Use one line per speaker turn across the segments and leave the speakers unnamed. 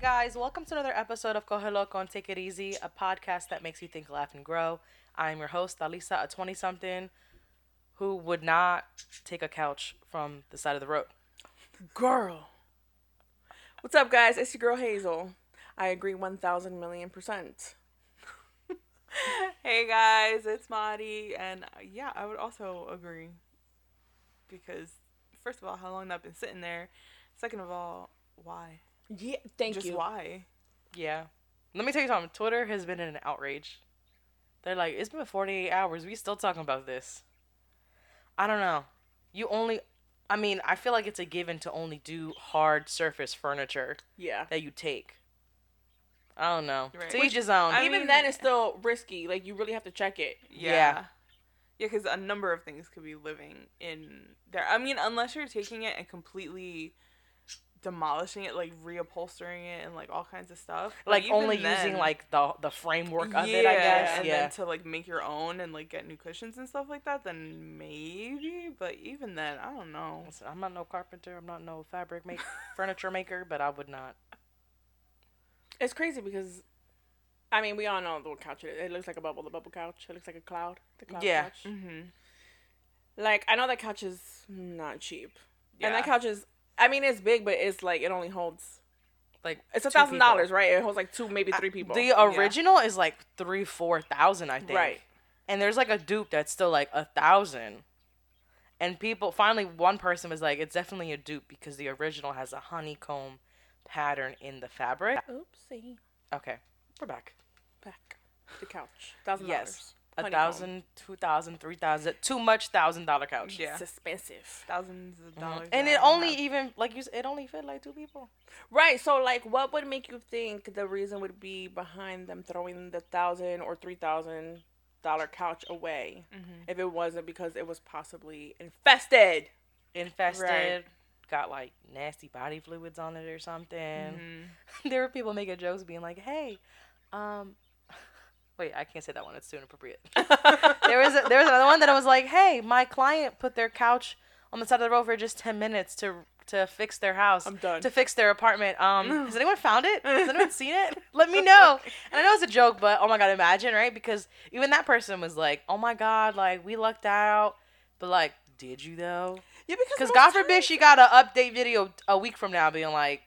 guys. Welcome to another episode of Coge Loco and Take It Easy, a podcast that makes you think, laugh, and grow. I'm your host, Alisa, a 20 something who would not take a couch from the side of the road.
Girl. What's up, guys? It's your girl Hazel. I agree 1,000 million percent.
Hey guys, it's Madi, and uh, yeah, I would also agree. Because first of all, how long that been sitting there? Second of all, why?
Yeah, thank
Just
you.
why?
Yeah. Let me tell you something. Twitter has been in an outrage. They're like, it's been 48 hours. We still talking about this. I don't know. You only, I mean, I feel like it's a given to only do hard surface furniture
Yeah.
that you take. I don't know.
Right.
To
Which-
each his own.
I
Even
mean-
then, it's still risky. Like, you really have to check it.
Yeah.
Yeah. Yeah, because a number of things could be living in there. I mean, unless you're taking it and completely demolishing it, like reupholstering it and like all kinds of stuff. but
like
even
only
then-
using like the the framework of
yeah,
it, I guess.
And
yeah.
then to like make your own and like get new cushions and stuff like that, then maybe. But even then, I don't know.
Listen, I'm not no carpenter. I'm not no fabric make furniture maker, but I would not.
It's crazy because, I mean, we all know what couch it is. It looks like a bubble, the bubble couch. It looks like a cloud. The cloud
Yeah.
couch.
Mm-hmm.
Like, I know that couch is not cheap. And
Yeah.
that couch is, I mean, it's big, but it's like, it only holds,
Like
it's a
two
thousand dollars,
people.
right? It holds like two,
Uh,
maybe three people.
The original is like three, four thousand, I think.
Right.
And there's like a dupe that's still like a thousand. And people finally one person was like, it's definitely a dupe because the original has a honeycomb pattern in the fabric.
Oopsie.
Okay. We're back.
Back. The couch. Thousand
Yes.
dollars.
A thousand, two thousand, three thousand, too much thousand dollar couch.
Yeah.
It's expensive.
Thousands of
Mm-hmm.
dollars.
And
that
it
I
only
have.
even like you s- it only fit like two people.
Right. So, like, what would make you think the reason would be behind them throwing the thousand or three thousand dollar couch away
Mm-hmm.
if it wasn't because it was possibly infested?
infested, got like nasty body fluids on it or something.
Mm-hmm.
there were people making jokes being like, "Hey, um wait, I can't say that one. It's too inappropriate." there was a, there was another one that I was like, "Hey, my client put their couch on the side of the road for just 10 minutes to to fix their house,
I'm done.
to fix their apartment. Um, has anyone found it? Has anyone seen it? Let me know. And I know it's a joke, but oh my god, imagine, right? Because even that person was like, "Oh my god, like we lucked out." But like, did you though?
Yeah, because
Because
most
God forbid
times-
she got an update video a week from now being like,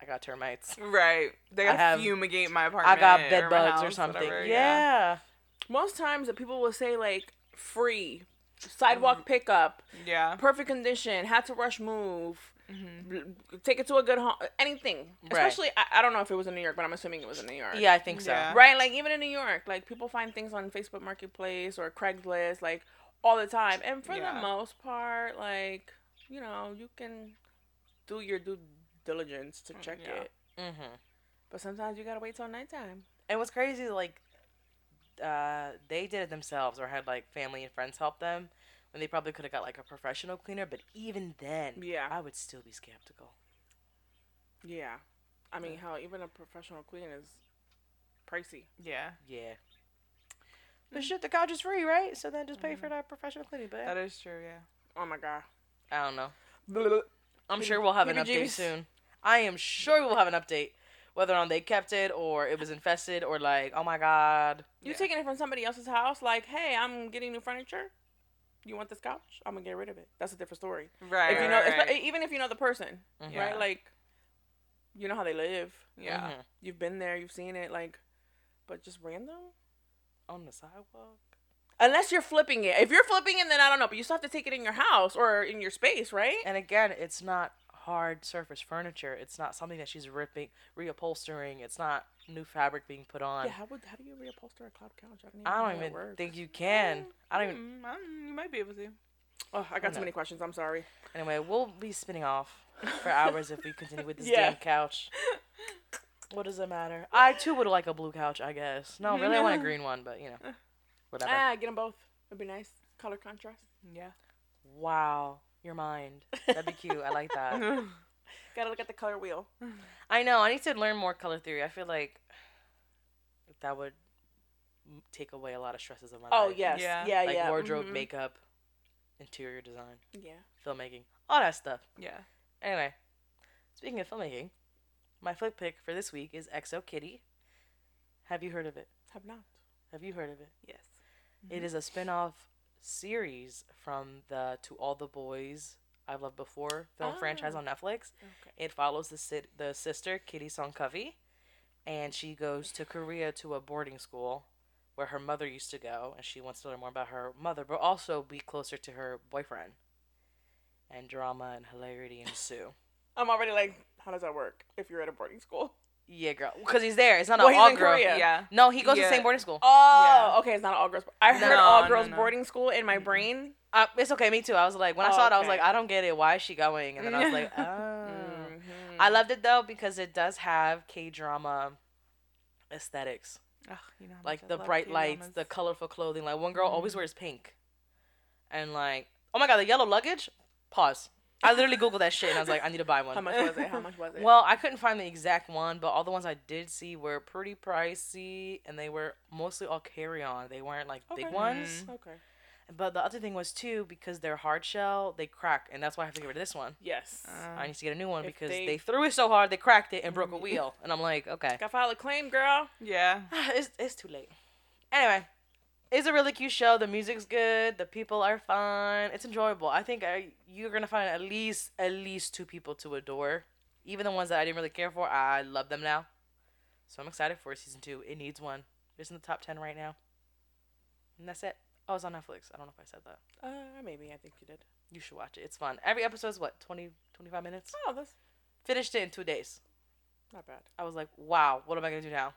I got termites.
Right. They gotta
have-
fumigate my
I
apartment.
got bed
my
bugs or
house,
something.
whatever,
yeah.
Most times, the people will say like free sidewalk
Mm-hmm.
pickup,
Yeah.
perfect condition, had to rush move.
Mm-hmm.
bl- Take it to a good home. Anything,
Right.
especially I, I don't know if it was in New York, but I'm assuming it was in New York.
Yeah, I think so.
Yeah.
Right, like even in New York, like people find things on Facebook Marketplace or Craigslist, like all the time. And for the
Yeah.
most part, like you know, you can do your due diligence to check
yeah.
it.
Mm-hmm.
But sometimes you gotta wait till nighttime.
And what's crazy, is, like, uh, they did it themselves or had, like, family and friends help them when they probably could have got, like, a professional cleaner. But even then,
Yeah.
I would still be skeptical.
Yeah, I mean, hell, even a professional clean is pricey.
Yeah.
Yeah. But shit, the couch is free, right? So then just pay for that professional cleaning. But
Mm-hmm. That is true, yeah.
Oh my god.
I don't know. I'm sure we'll have an update
Heebie-jeebies.
soon. I am sure we'll have an update, whether or not they kept it or it was infested or like, oh my god.
You
Yeah.
taking it from somebody else's house? Like, hey, I'm getting new furniture. You want this couch? I'm gonna get rid of it. That's a different story.
Right.
if you
right,
know,
right.
espe- even if you know the person,
Yeah.
right? Like, you know how they live.
yeah.
Mhm.
You've been there. You've seen it. Like, but just random.
on the sidewalk.
Unless you're flipping it. If you're flipping it, then I don't know. But you still have to take it in your house or in your space, right?
And again, it's not hard surface furniture. It's not something that she's ripping, reupholstering. It's not new fabric being put on.
yeah. How would how do you reupholster a cloud couch? I don't even. know
I
how
don't
that
even
works.
think you can. I don't even.
Mm, I don't- you might be able to.
Oh, I got
No.
so many questions. I'm sorry.
Anyway, we'll be spinning off for hours if we continue with this
Yeah.
damn couch. What does it matter? I too would like a blue couch, I guess. No, really, I want a green one, but you know, whatever.
Ah, get them both. It'd be nice. Color contrast.
Yeah.
Wow, your mind. That'd be cute. I like that.
Gotta look at the color wheel.
I know. I need to learn more color theory. I feel like that would m- take away a lot of stresses of my
Oh
life.
yes. Yeah.
Yeah.
Yeah.
like wardrobe,
mhm.
makeup, interior design,
Yeah.
filmmaking, all that stuff.
Yeah.
Anyway, speaking of filmmaking, My flick pick for this week is Exo Kitty. Have you heard of it?
Have not.
Have you heard of it?
Yes.
It is a spin-off series from the To All the Boys I've Loved Before film franchise
Oh.
on Netflix.
Okay.
It follows the sit- the sister Kitty Song Covey, and she goes to Korea to a boarding school where her mother used to go, and she wants to learn more about her mother, but also be closer to her boyfriend. And drama and hilarity ensue.
I'm already like, how does that work if you're at a boarding school?
yeah, girl, because he's there. It's not
Well,
an
he's
all
in
girl.
Korea. Yeah.
Yeah.
No, he goes to
Yeah.
the same boarding school.
Oh, okay. It's not all girls. I heard
No,
all
no,
girls
no.
boarding school in my brain.
Uh, it's okay, me too. I was like, when I
Oh,
saw it, I was
okay.
like, I don't get it. Why is she going? And then I was like, oh.
Mhm.
Mm-hmm.
I loved it though because it does have K drama aesthetics,
Ugh, you know how
like
much I
the
love
bright lights,
K-dramas.
the colorful clothing. Like one girl always
Mm-hmm.
wears pink, and like, oh my god, the yellow luggage. Pause. I literally googled that shit and I was like, I need to buy one.
How much was it? How much was it?
Well, I couldn't find the exact one, but all the ones I did see were pretty pricey, and they were mostly all carry on. They weren't like big
Okay.
ones.
okay.
But the other thing was too because they're hard shell, they crack, and that's why I have to get rid of this one.
Yes.
Uh,
I need to get a new one
If
because
they- Mm-hmm.
they threw it so hard they cracked it and broke a wheel, and I'm like, okay.
Got file a claim, girl.
yeah.
it's, it's too late. Anyway, it's a really cute show. The music's good. The people are fun. It's enjoyable. I think I, you're gonna find at least at least two people to adore. Even the ones that I didn't really care for, I love them now. So I'm excited for season two. It needs one. It's in the top ten right now. And that's it. Oh, it's on Netflix. I don't know if I said that.
Uh, maybe I think you did.
You should watch it. It's fun. Every episode's what 20, 25 minutes.
Oh, that's
Finished it in two days.
not bad.
I was like, wow. What am I gonna do now?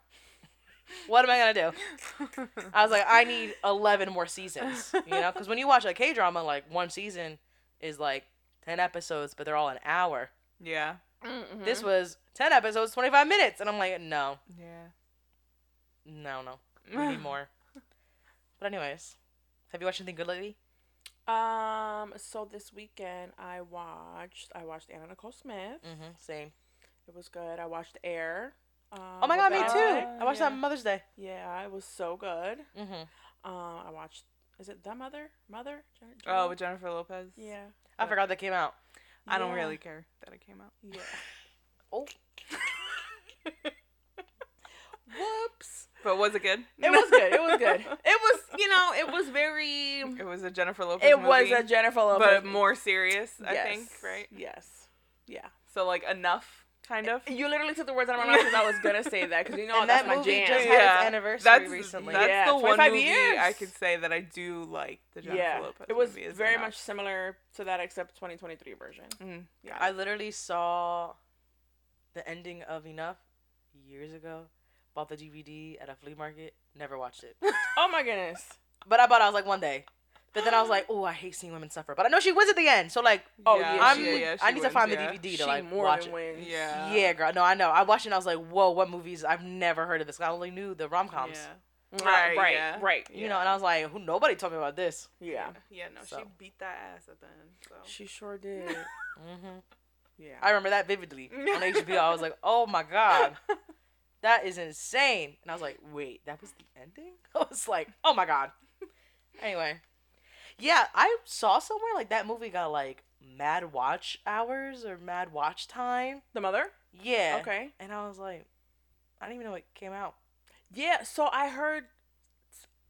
what am I gonna do? I was like, I need 11 more seasons, you know? Because when you watch a K drama, like one season is like 10 episodes, but they're all an hour.
yeah.
This was 10 episodes, 25 minutes. And I'm like, no,
Yeah.
no, no. We need more. But, anyways, have you watched anything good lately?
Um, so this weekend I watched I watched Anna Nicole Smith.
Mm-hmm. Same.
It was good. I watched Air. Um,
Oh my God, me
with
too.
Affleck.
I watched that
yeah.
on Mother's Day.
Yeah, it was so good.
Mm-hmm.
Um, I watched. Is it the mother? Mother? Jen-
Oh,
Jen-
with Jennifer Lopez.
yeah.
I forgot that came out.
I don't
Yeah.
really care that it came out.
Yeah.
Oh.
Whoops.
But was it good?
It was good. It was good. It was, you know, it was very.
It was a Jennifer Lopez.
It was
movie,
a Jennifer Lopez.
but more serious, I
Yes.
think, right?
Yes. Yeah.
So like enough, kind of.
You literally took the words out of my mouth because I was gonna say that because you know
And
Oh, that's
that
my
movie
jam.
just had
Yeah.
its anniversary
That's
recently.
That's
Yeah,
the one
25
movie
years.
I could say that I do like the Jennifer
yeah,
Lopez.
it was
movie is
very
enough.
much Mm-hmm. similar to that except 2023 version.
Mm, yeah.
I literally saw the ending of Enough years ago. Bought the DVD at a flea market. Never watched it.
Oh my goodness.
But I bought. it, I was like one day. But then I was like, oh, I hate seeing women suffer. But I know she wins at the end. So like,
Oh,
yeah,
yeah,
I'm.
yeah, yeah,
I
she
need to
wins,
find
yeah.
the DVD
she
to like
more
watch
than
it.
wins.
Yeah.
Yeah, girl. No, I know. I watched it. and I was like, whoa, what movies? I've never heard of this. I only knew the rom coms.
Yeah.
Uh,
Right,
Right.
yeah.
Right.
You know, and I was like, who? Nobody told me about this.
Yeah.
Yeah, no, she
So.
beat that ass at the end. So.
"Oh, She sure did.
hmm
Yeah.
I remember that vividly on HBO. I was like, oh my god, that is insane. And I was like, wait, that was the ending? I was like, oh my god. Anyway, yeah, I saw somewhere like that movie got like mad watch hours or mad watch time.
the mother.
Yeah.
Okay.
And I was like, I didn't even know it came out.
Yeah. So I heard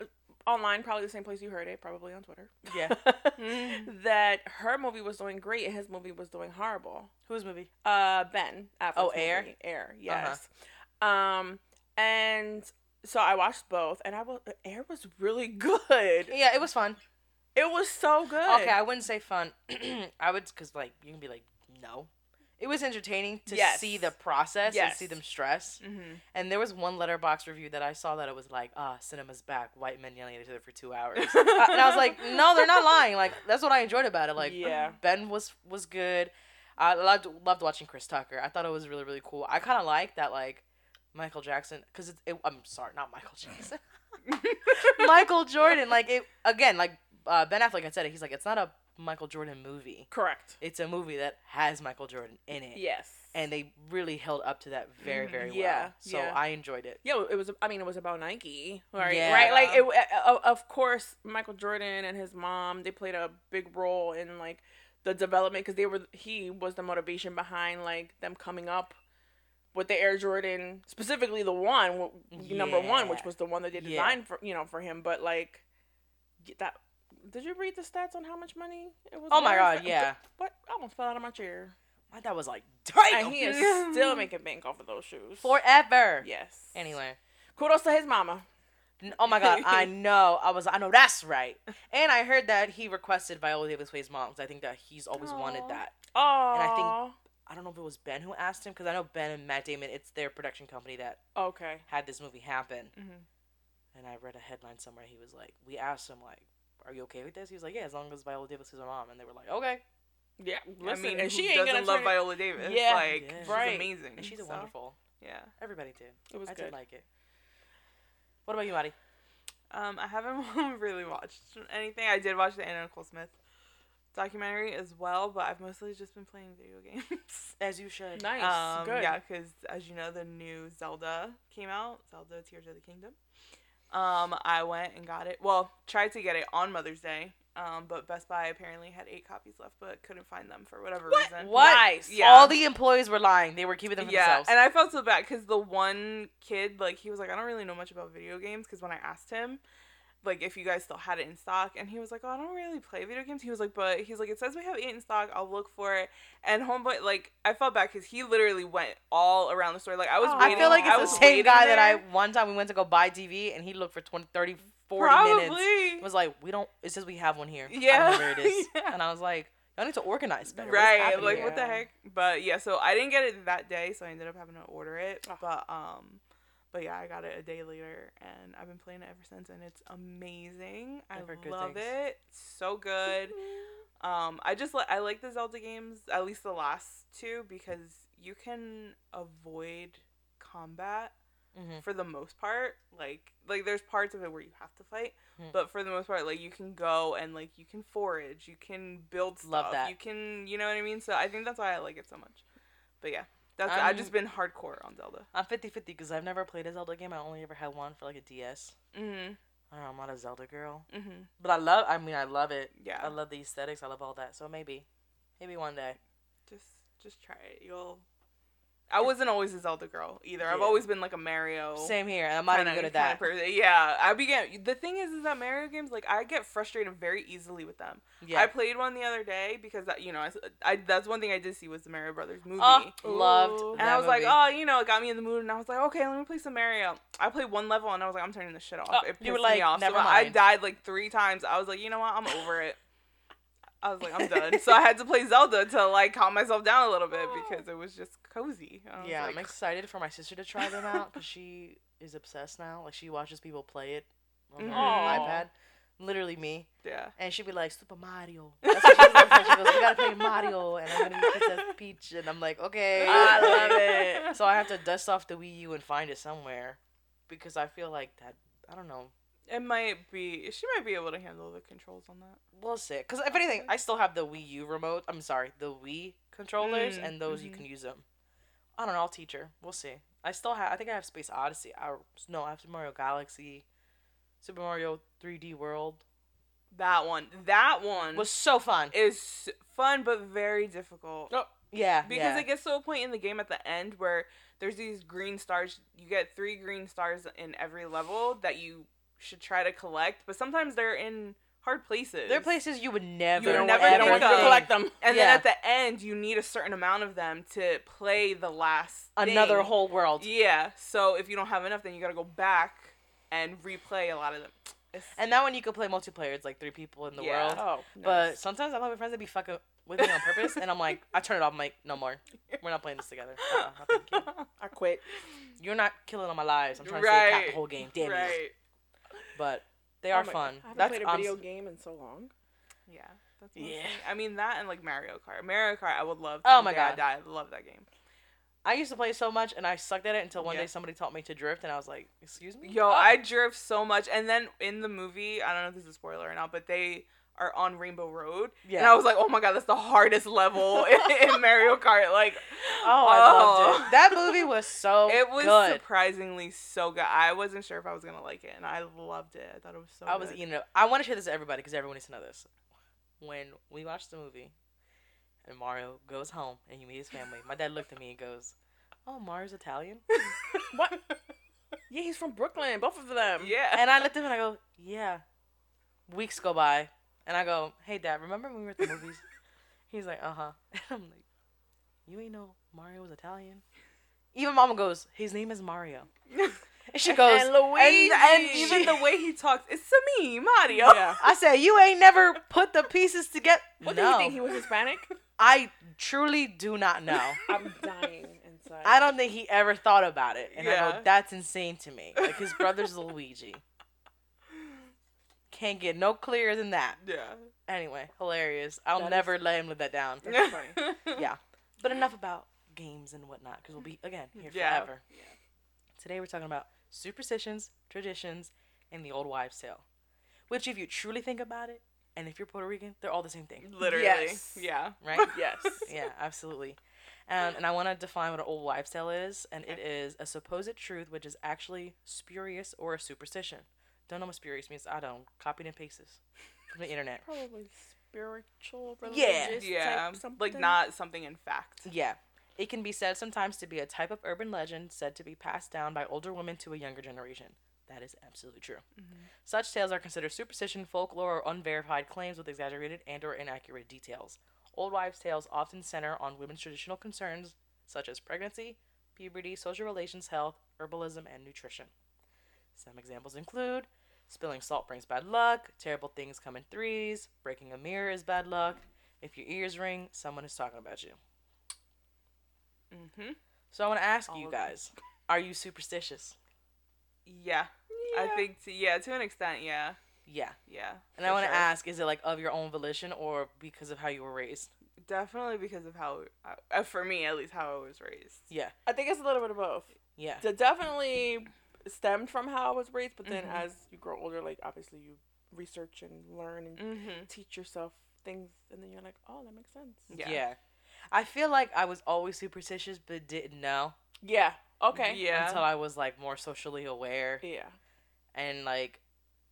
uh, online, probably the same place you heard it, probably on Twitter,
Yeah.
that her movie was doing great and his movie was doing horrible.
Whose movie?
uh Ben Affleck's
Oh, Air?
movie, Air yes um and so I watched both and I was Air was really good it
Yeah, it was fun.
was so good
Okay, I wouldn't say fun. I would, cause like you can be like, no. It was entertaining to
Yes.
see the process and
Yes.
see them stress.
Mm-hmm.
And there was one letterbox review that I saw that it was like, ah, cinema's back, white men yelling at each other for two hours. Uh, and I was like, no, they're not lying. Like that's what I enjoyed about it. Like
Yeah.
Ben was was good. I loved loved watching Chris Tucker. I thought it was really really cool. I kind of like that like Michael Jackson because it, it. I'm sorry, not Michael Jackson. Michael Jordan. Like it again. Like uh, Ben Affleck had said it. He's like, it's not a Michael Jordan movie.
correct
It's a movie that has Michael Jordan in it.
yes Mm,
And they really held up to that very
Mhm.
very well.
Yeah,
So
yeah.
I enjoyed it.
yeah it was I mean it was about Nike right
Yeah.
right like it uh, of course Michael Jordan and his mom they played a big role in like the development because they were he was the motivation behind like them coming up with the Air Jordan, specifically the one w- number one, which
Yeah.
was the one that they
Yeah.
designed for you know for him. But like get that. Did you read the stats on how much money it was?
Oh my
worth?
God, yeah.
What? I almost fell out of my chair.
My dad was like,
And
damn,
he is still making bank off of those shoes.
forever.
Yes.
Anyway.
Kudos to his mama.
N- Oh my god, I know. I was I know that's right. And I heard that he requested Viola Davis Way's mom 'cause I think that he's always wanted
Aw.
that.
Oh.
I think- I don't know if it was Ben who asked him because I know Ben and Matt Damon, it's their production company that
Okay.
had this movie happen.
Mhm.
Mm-hmm.
And I read a headline somewhere. He was like, we asked him like, are you okay with this? He was like, yeah, as long as Viola Davis is her mom. And they were like, okay.
Yeah.
I
Listen,
mean,
and
who
she ain't
doesn't
gonna
love
turn it-
Viola Davis.
Yeah.
like
Yeah.
she's
Right.
amazing.
And she's a
so,
wonderful.
Yeah.
Everybody did.
It was
I
good.
did like it. What about you, Maddie?
Um, I haven't really watched anything. I did watch the Anna Nicole Smith documentary as well, but I've mostly just been playing video games.
As you should.
Nice.
um,
good.
Yeah, because as you know, the new Zelda came out, Zelda Tears of the Kingdom. Um, I went and got it. Well, tried to get it on Mother's Day. Um, but Best Buy apparently had eight copies left, but couldn't find them for whatever reason.
What?
Nice.
Yeah.
All the employees were lying. They were keeping them for
yeah,
themselves.
and I felt so bad because the one kid, like, he was like, I don't really know much about video games because when I asked him, like, if you guys still had it in stock, and he was like, Oh, I don't really play video games. He was like, But he's like, It says we have eight in stock. I'll look for it. And homeboy, like, I felt bad because he literally went all around the store. Like, I was
Aw.
Oh. I
waiting.
feel like
I
it's the
was
same
waiting
guy that I
there.
one time we went to go buy TV and he looked for 20, 30, 40 minutes.
probably
Was like, we don't. It says we have one here. I
Yeah.
don't know where it is.
Yeah.
And I was like, y'all need to organize better. What's
right.
happening
Like,
here?
what the
Yeah.
heck? But yeah, so I didn't get it that day, so I ended up having to order it.
Ah.
But um, but yeah, I got it a day later, and I've been playing it ever since, and it's amazing. I
I've heard good
love
things.
it. So good. Um, I just like I like the Zelda games, at least the last two, because you can avoid combat
Mhm.
for the most part like like there's parts of it where you have to fight
Mm.
but for the most part like you can go and like you can forage you can build stuff
Love that.
you can you know what i mean so i think that's why i like it so much but yeah that's i've
Um,
just been hardcore on zelda
I'm 50 50 because I've never played a Zelda game. I only ever had one for like a DS.
mm-hmm
I don't know, I'm not a Zelda girl.
mm-hmm
But I love, I mean, I love it.
yeah
I love the aesthetics. I love all that. So maybe, maybe one day.
just just try it you'll i wasn't always a zelda girl either i've
Yeah.
always been like a mario
Same here. And I'm not even
Oh. kinda-
good at that.
kinda person. yeah i began the thing is is that mario games like i get frustrated very easily with them
Yeah.
I played one the other day because that, you know I, s- I- that's one thing I did see was the Mario Brothers movie,
Oh,
Ooh.
loved.
and
that
I was
movie.
like, oh, you know, it got me in the mood, and I was like, okay, let me play some Mario. I played one level, and I was like, I'm turning this shit off.
Oh,
it pissed
you were
me
like,
off.
never
so I
mind.
died like three times. I was like, you know what, I'm over it. I was like, I'm done. so I had to play Zelda to like calm myself down a little bit because it was just cozy. I was
Yeah,
like,
I'm excited for my sister to try them out because she is obsessed now. Like she watches people play it on her
Mhm.
Mm-hmm. Aw.
iPad, literally me,
yeah.
and she'd be like Super Mario. That's what she looks like. She goes, "We gotta play Mario," and I'm gonna be Princess Peach, and I'm like, okay.
I love
like-
it.
So I have to dust off the Wii U and find it somewhere because I feel like that. I don't know.
It might be. She might be able to handle the controls on that.
We'll see. Because if anything, I still have the Wii U remote. I'm sorry, the Wii controllers,
Mm,
and those you
mhm.
can use them. I don't know. I'll teach her. We'll see. I still have. I think I have Space Odyssey. I no, I have Super Mario Galaxy, Super Mario 3D World.
That one. That one
Was so fun.
is fun but very difficult.
yeah,
Oh, Because
yeah.
it gets to a point in the game at the end where there's these green stars. You get three green stars in every level that you should try to collect, but sometimes they're in hard places.
there are places you would never,
would
ever
never
Everyone
pick
wants to
up.
think
collect them.
And
yeah.
then at the end, you need a certain amount of them to play the last
another
thing.
whole world.
Yeah. So if you don't have enough, then you gotta go back and replay a lot of them. It's,
And that one you could play multiplayer. It's like three people in the
Yeah.
world.
Oh,
But sometimes I have my friends that be fucking with me on purpose, and I'm like, I turn it off. I'm like, no more. We're not playing this together. Uh-uh, no, thank you.
I quit.
You're not killing all my lives. I'm trying to stay cat the
Right.
whole game. Damn you.
right.
But they are
Oh my-
fun.
I haven't
That's
played a
um,
video game in so long.
Yeah. That's one
Yeah.
thing. I mean that and like Mario Kart. Mario Kart, I would love.
Oh
to
my
the day I
God.
die. I love that game.
I used to play so much, and I sucked at it until one
Yeah.
day somebody taught me to drift, and I was like, "Excuse me."
Yo,
Oh.
I drift so much. And then in the movie, I don't know if this is a spoiler or not, but they are on Rainbow Road.
yeah.
And I was like, oh my God, that's the hardest level in, in Mario Kart. Like,
oh, I
oh.
loved it. That movie was so
it was
good.
surprisingly so good. I wasn't sure if I was going to like it. And I loved it. I thought it was so
I was
good.
eating it. up. I want to share this to everybody because everyone needs to know this. When we watched the movie, and Mario goes home and he meets his family, my dad looked at me and goes, Oh, Mars Italian?
What? Yeah, he's from Brooklyn. Both of them.
yeah.
and I looked at him and I go, yeah. Weeks go by, and I go, hey, Dad, remember when we were at the movies? He's like, uh huh. And I'm like, you ain't know Mario was Italian? Even Mama goes, his name is Mario. And she goes, and,
And
and
Luigi."
even
even
the
the way he talks, it's a me, Mario.
Yeah.
I said, you ain't never put the pieces together.
What
no,
do you think? He was Hispanic?
I truly do not know.
I'm dying inside.
I don't think he ever thought about it. And I
Yeah.
go, that's insane to me. Like his brother's Luigi. Can't get no clearer than that.
Yeah.
Anyway, hilarious. I'll
That is-
never let him live that down.
That's funny.
yeah. But enough about games and whatnot, because we'll be again here
Yeah.
forever. Today we're talking about superstitions, traditions, and the old wives' tale. Which, if you truly think about it, and if you're Puerto Rican, they're all the same thing,
Literally.
Yes.
Yeah.
right?
Yes.
yeah, absolutely. Um, and I want to define what an old wives' tale is, and it is a supposed truth which is actually spurious or a superstition. Don't know what spurious means. I don't. Copied and pasted from the internet.
Probably spiritual,
Yeah.
religious
Yeah.
type something.
Like not something in fact.
Yeah. It can be said sometimes to be a type of urban legend said to be passed down by older women to a younger generation. That is absolutely true. Such tales are considered superstition, folklore, or unverified claims with exaggerated and or inaccurate details. Old wives' tales often center on women's traditional concerns such as pregnancy, puberty, social relations, health, herbalism, and nutrition. Some examples include spilling salt brings bad luck, terrible things come in threes, breaking a mirror is bad luck, if your ears ring, someone is talking about you.
Mm-hmm.
So I want to ask
All
you
of them.
guys: Are you superstitious?
Yeah. I
Yeah.
think, to, yeah, to an extent, yeah.
Yeah.
Yeah.
And
for
I want to
sure.
ask: Is it like of your own volition or because of how you were raised?
Definitely because of how, I- uh, for me at least, how I was raised.
Yeah.
I think it's a little bit of both.
Yeah.
That definitely stemmed from how I was raised, but then
Mhm.
Mm-hmm.
as you grow older, like obviously you research and learn and
Mm-hmm.
teach yourself things, and then you're like, oh, that makes sense.
yeah.
Yeah.
I feel like I was always superstitious, but didn't know
Yeah. Okay.
Yeah.
until I was like more socially aware.
Yeah.
And like,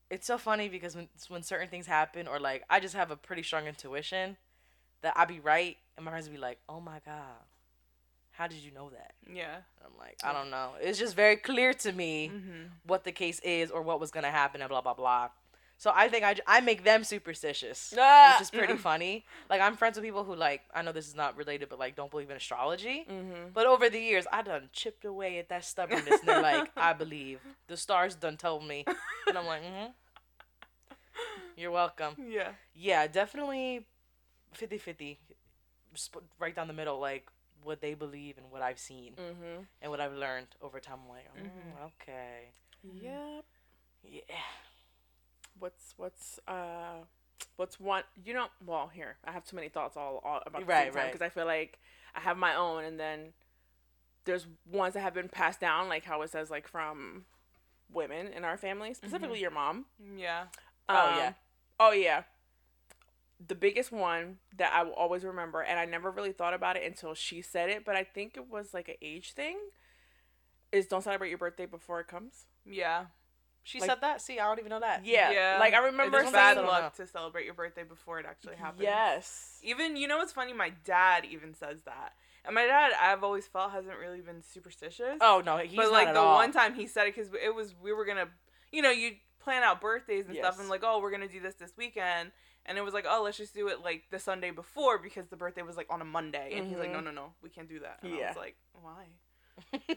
it's so funny because when when certain things happen, or like I just have a pretty strong intuition that I'd be right, and my friends would be like, "Oh my god, how did you know that?"
yeah.
And I'm like, "I don't know. It's just very clear to me."
Mm-hmm.
what the case is or what was going to happen and blah blah blah. So I think I, j- I make them superstitious,
Ah.
which is pretty funny. Like I'm friends with people who like I know this is not related, but like don't believe in astrology.
Mm-hmm.
But over the years, I done chipped away at that stubbornness, and they're like, I believe the stars done told me, and I'm like, mm-hmm. you're welcome.
Yeah.
Yeah, definitely 50-50, sp- right down the middle, like what they believe and what I've seen
Mm-hmm.
and what I've learned over time. I'm like, mm,
Mhm.
okay, Mm-hmm.
Yep.
yeah.
What's what's uh what's one you know well here I have too many thoughts all, all about the
Right,
same time
right.
because I feel like I have my own and then there's ones that have been passed down like how it says like from women in our family specifically
Mm-hmm.
your mom
Yeah.
Oh, yeah.
Oh yeah. The biggest one that I will always remember, and I never really thought about it until she said it, but I think it was like an age thing, is don't celebrate your birthday before it comes.
Yeah.
She
Like-
said that. See, I don't even know that.
Yeah.
Yeah.
Like I remember
It's
It's
bad
something-
luck to celebrate your birthday before it actually happens.
Yes.
Even you know what's funny? My dad even says that, and my dad I've always felt hasn't really been superstitious.
Oh no, he's
but
not
like
at
the
all.
one time he said it because it was we were gonna, you know, you plan out birthdays and
Yes.
stuff, and like oh we're gonna do this this weekend, and it was like oh let's just do it like the Sunday before because the birthday was like on a Monday, and he's like
Mhm.
no
Mm-hmm.
no no we can't do that. And I
Yeah.
was like why?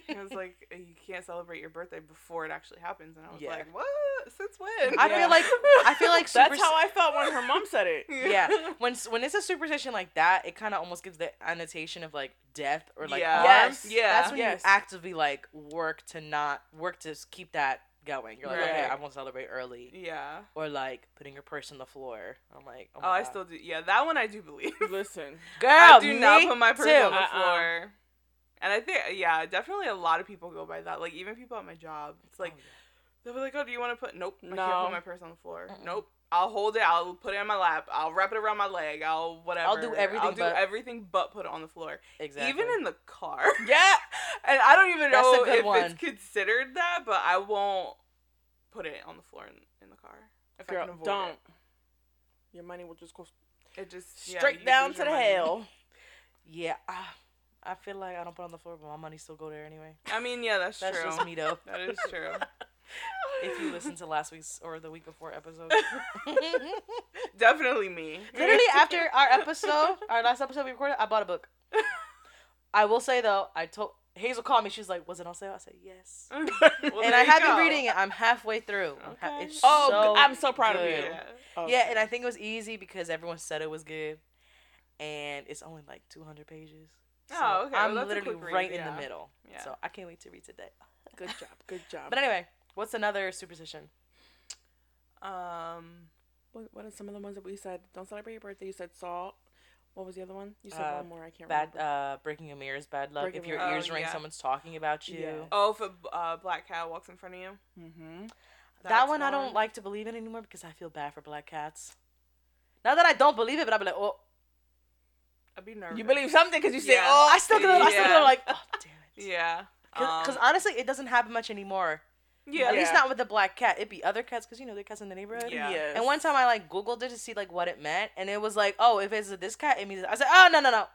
He was like you can't celebrate your birthday before it actually happens, and I was
Yeah.
like what? Since when?
I
Yeah.
feel like I feel like
That's
supersti-
how I felt when her mom said it.
yeah. When s- when it's a superstition like that, it kind of almost gives the annotation of like death or like
Yeah.
harm.
Yes.
Yeah.
That's when
Yes.
you actively like work to not work to s- keep that going. You're like, okay,
Right.
I won't celebrate early,
Yeah.
or like putting your purse on the floor. I'm like, oh, my
Oh, I
God.
still do. Yeah, that one I do believe.
Listen.
girl.
I do not
me
put my purse
too.
on the
Uh-uh.
floor. And I think, yeah, definitely a lot of people go by that. Like, even people at my job, it's like,
Oh, yeah.
they'll be like, oh, do you want to put, nope, I
No.
can't put my purse on the floor.
Mm-mm.
Nope. I'll hold it. I'll put it in my lap. I'll wrap it around my leg. I'll whatever.
do everything
I'll do
but-
everything but put it on the floor.
exactly.
Even in the car.
Yeah.
and I don't even
That's a
know
good
if
one.
it's considered that, but I won't put it on the floor in, in the car. If I
Girl,
can avoid
don't. Your money will just go
It, it just yeah,
straight
you
down
lose
to the
your money.
hell.
yeah, ah, I feel like I don't put on the floor, but my money still go there anyway.
I mean, yeah, that's,
That's
true.
just me though.
That is true.
if you listen to last week's or the week before episode.
Definitely me.
Literally after our episode, our last episode we recorded, I bought a book. I will say though, I told Hazel called me. She's like, "Was it on sale?" I said, "Yes."
Well,
and
there
I
you
have
go.
been reading it. I'm halfway through. I'm ha-
Okay.
it's
Oh,
so
g- I'm so proud of
good.
you.
Yeah.
Oh,
Yeah, and I think it was easy because everyone said it was good, and it's only like 200 pages. So
Oh, okay. Well,
I'm
that's a
literally
quick read,
right in
yeah.
the middle.
Yeah.
So I can't wait to read today.
good job, good job.
But anyway, what's another superstition?
Um,
What, what are some of the ones that we said? Don't celebrate your birthday. You said salt. What was the other one? You said
Uh,
one more. I can't
Bad,
remember.
uh, breaking a mirror is bad luck.
Breaking
if your
a mirror.
ears
Oh,
ring,
yeah.
someone's talking about you.
Yeah.
oh, if a uh, black cat walks in front of you.
mm-hmm.
That
That's
one I don't like to believe in anymore because I feel bad for black cats. Now that I don't believe it, but I'll be like, oh,
I'd be nervous.
You believe something because you say,
Yeah.
"Oh,
I still go, I still
Yeah.
go like, oh, damn it.
Yeah.
Because
um,
honestly, it doesn't happen much anymore.
yeah.
At least
Yeah.
not with the black cat. It'd be other cats because you know they're cats in the neighborhood.
Yeah.
Yes.
And one time I like Googled it to see like what it meant, and it was like, oh, if it's this cat, it means I said, oh no no no,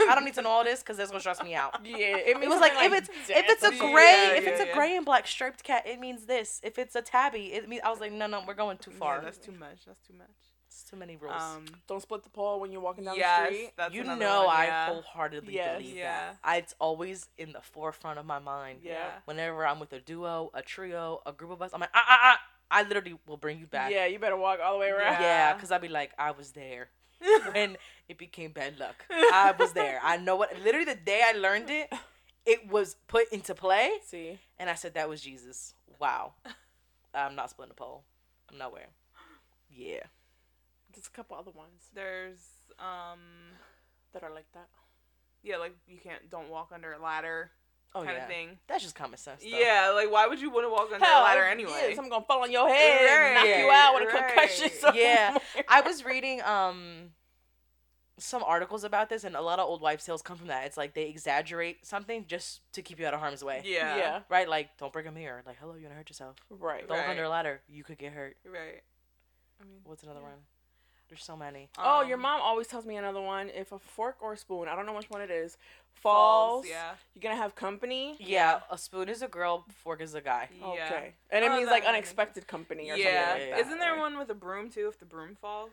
I don't need to know all this because that's gonna stress me out.
Yeah, it,
It was like, if it's if it's a
death.
gray
Yeah,
if it's
yeah,
a
yeah.
gray and black striped cat, it means this. If it's a tabby, it means I was like, no no, we're going too
Yeah,
far.
that's too much. That's too much.
It's too many rules.
Um,
don't split the paw when you're walking down
yes,
the street.
that's
you
another
know
one,
I
yeah.
wholeheartedly
Yes.
believe
Yeah.
that. I, it's always in the forefront of my mind.
Yeah.
Whenever I'm with a duo, a trio, a group of us, I'm like, ah ah ah. I literally will bring you back.
Yeah, you better walk all the way around.
Yeah,
Yeah.
because I'd be like, I was there when it became bad luck. I was there. I know what. Literally, the day I learned it, it was put into play,
See,
and I said that was Jesus. Wow, I'm not splitting a pole. I'm not wearing. Yeah,
there's a couple other ones
There's um,
that are like that.
yeah, like you can't don't walk under a ladder
oh
kind
yeah,
of thing.
that's just common sense. Though.
Yeah, like why would you want to walk under a ladder anyway?
yes, I'm gonna fall on your head and knock you
Right,
out with a
right.
concussion. somewhere.
Yeah. I was reading um some articles about this, and a lot of old wives' tales come from that. It's like they exaggerate something just to keep you out of harm's way.
yeah,
yeah,
Right, like don't break a mirror. Like, hello, you're gonna hurt yourself.
right.
Don't
Right.
go under a ladder. You could get hurt.
right. I mean,
What's another
Yeah.
one? There's so many.
Oh,
um,
your mom always tells me another one. If a fork or spoon, I don't know which one it is, falls,
falls. Yeah,
you're gonna have company.
Yeah, a spoon is a girl, fork is a guy.
yeah.
Okay. And it
Oh,
means
that
like
one makes
unexpected company or
Yeah.
something like that.
Isn't there
right?
one with a broom too? If the broom falls,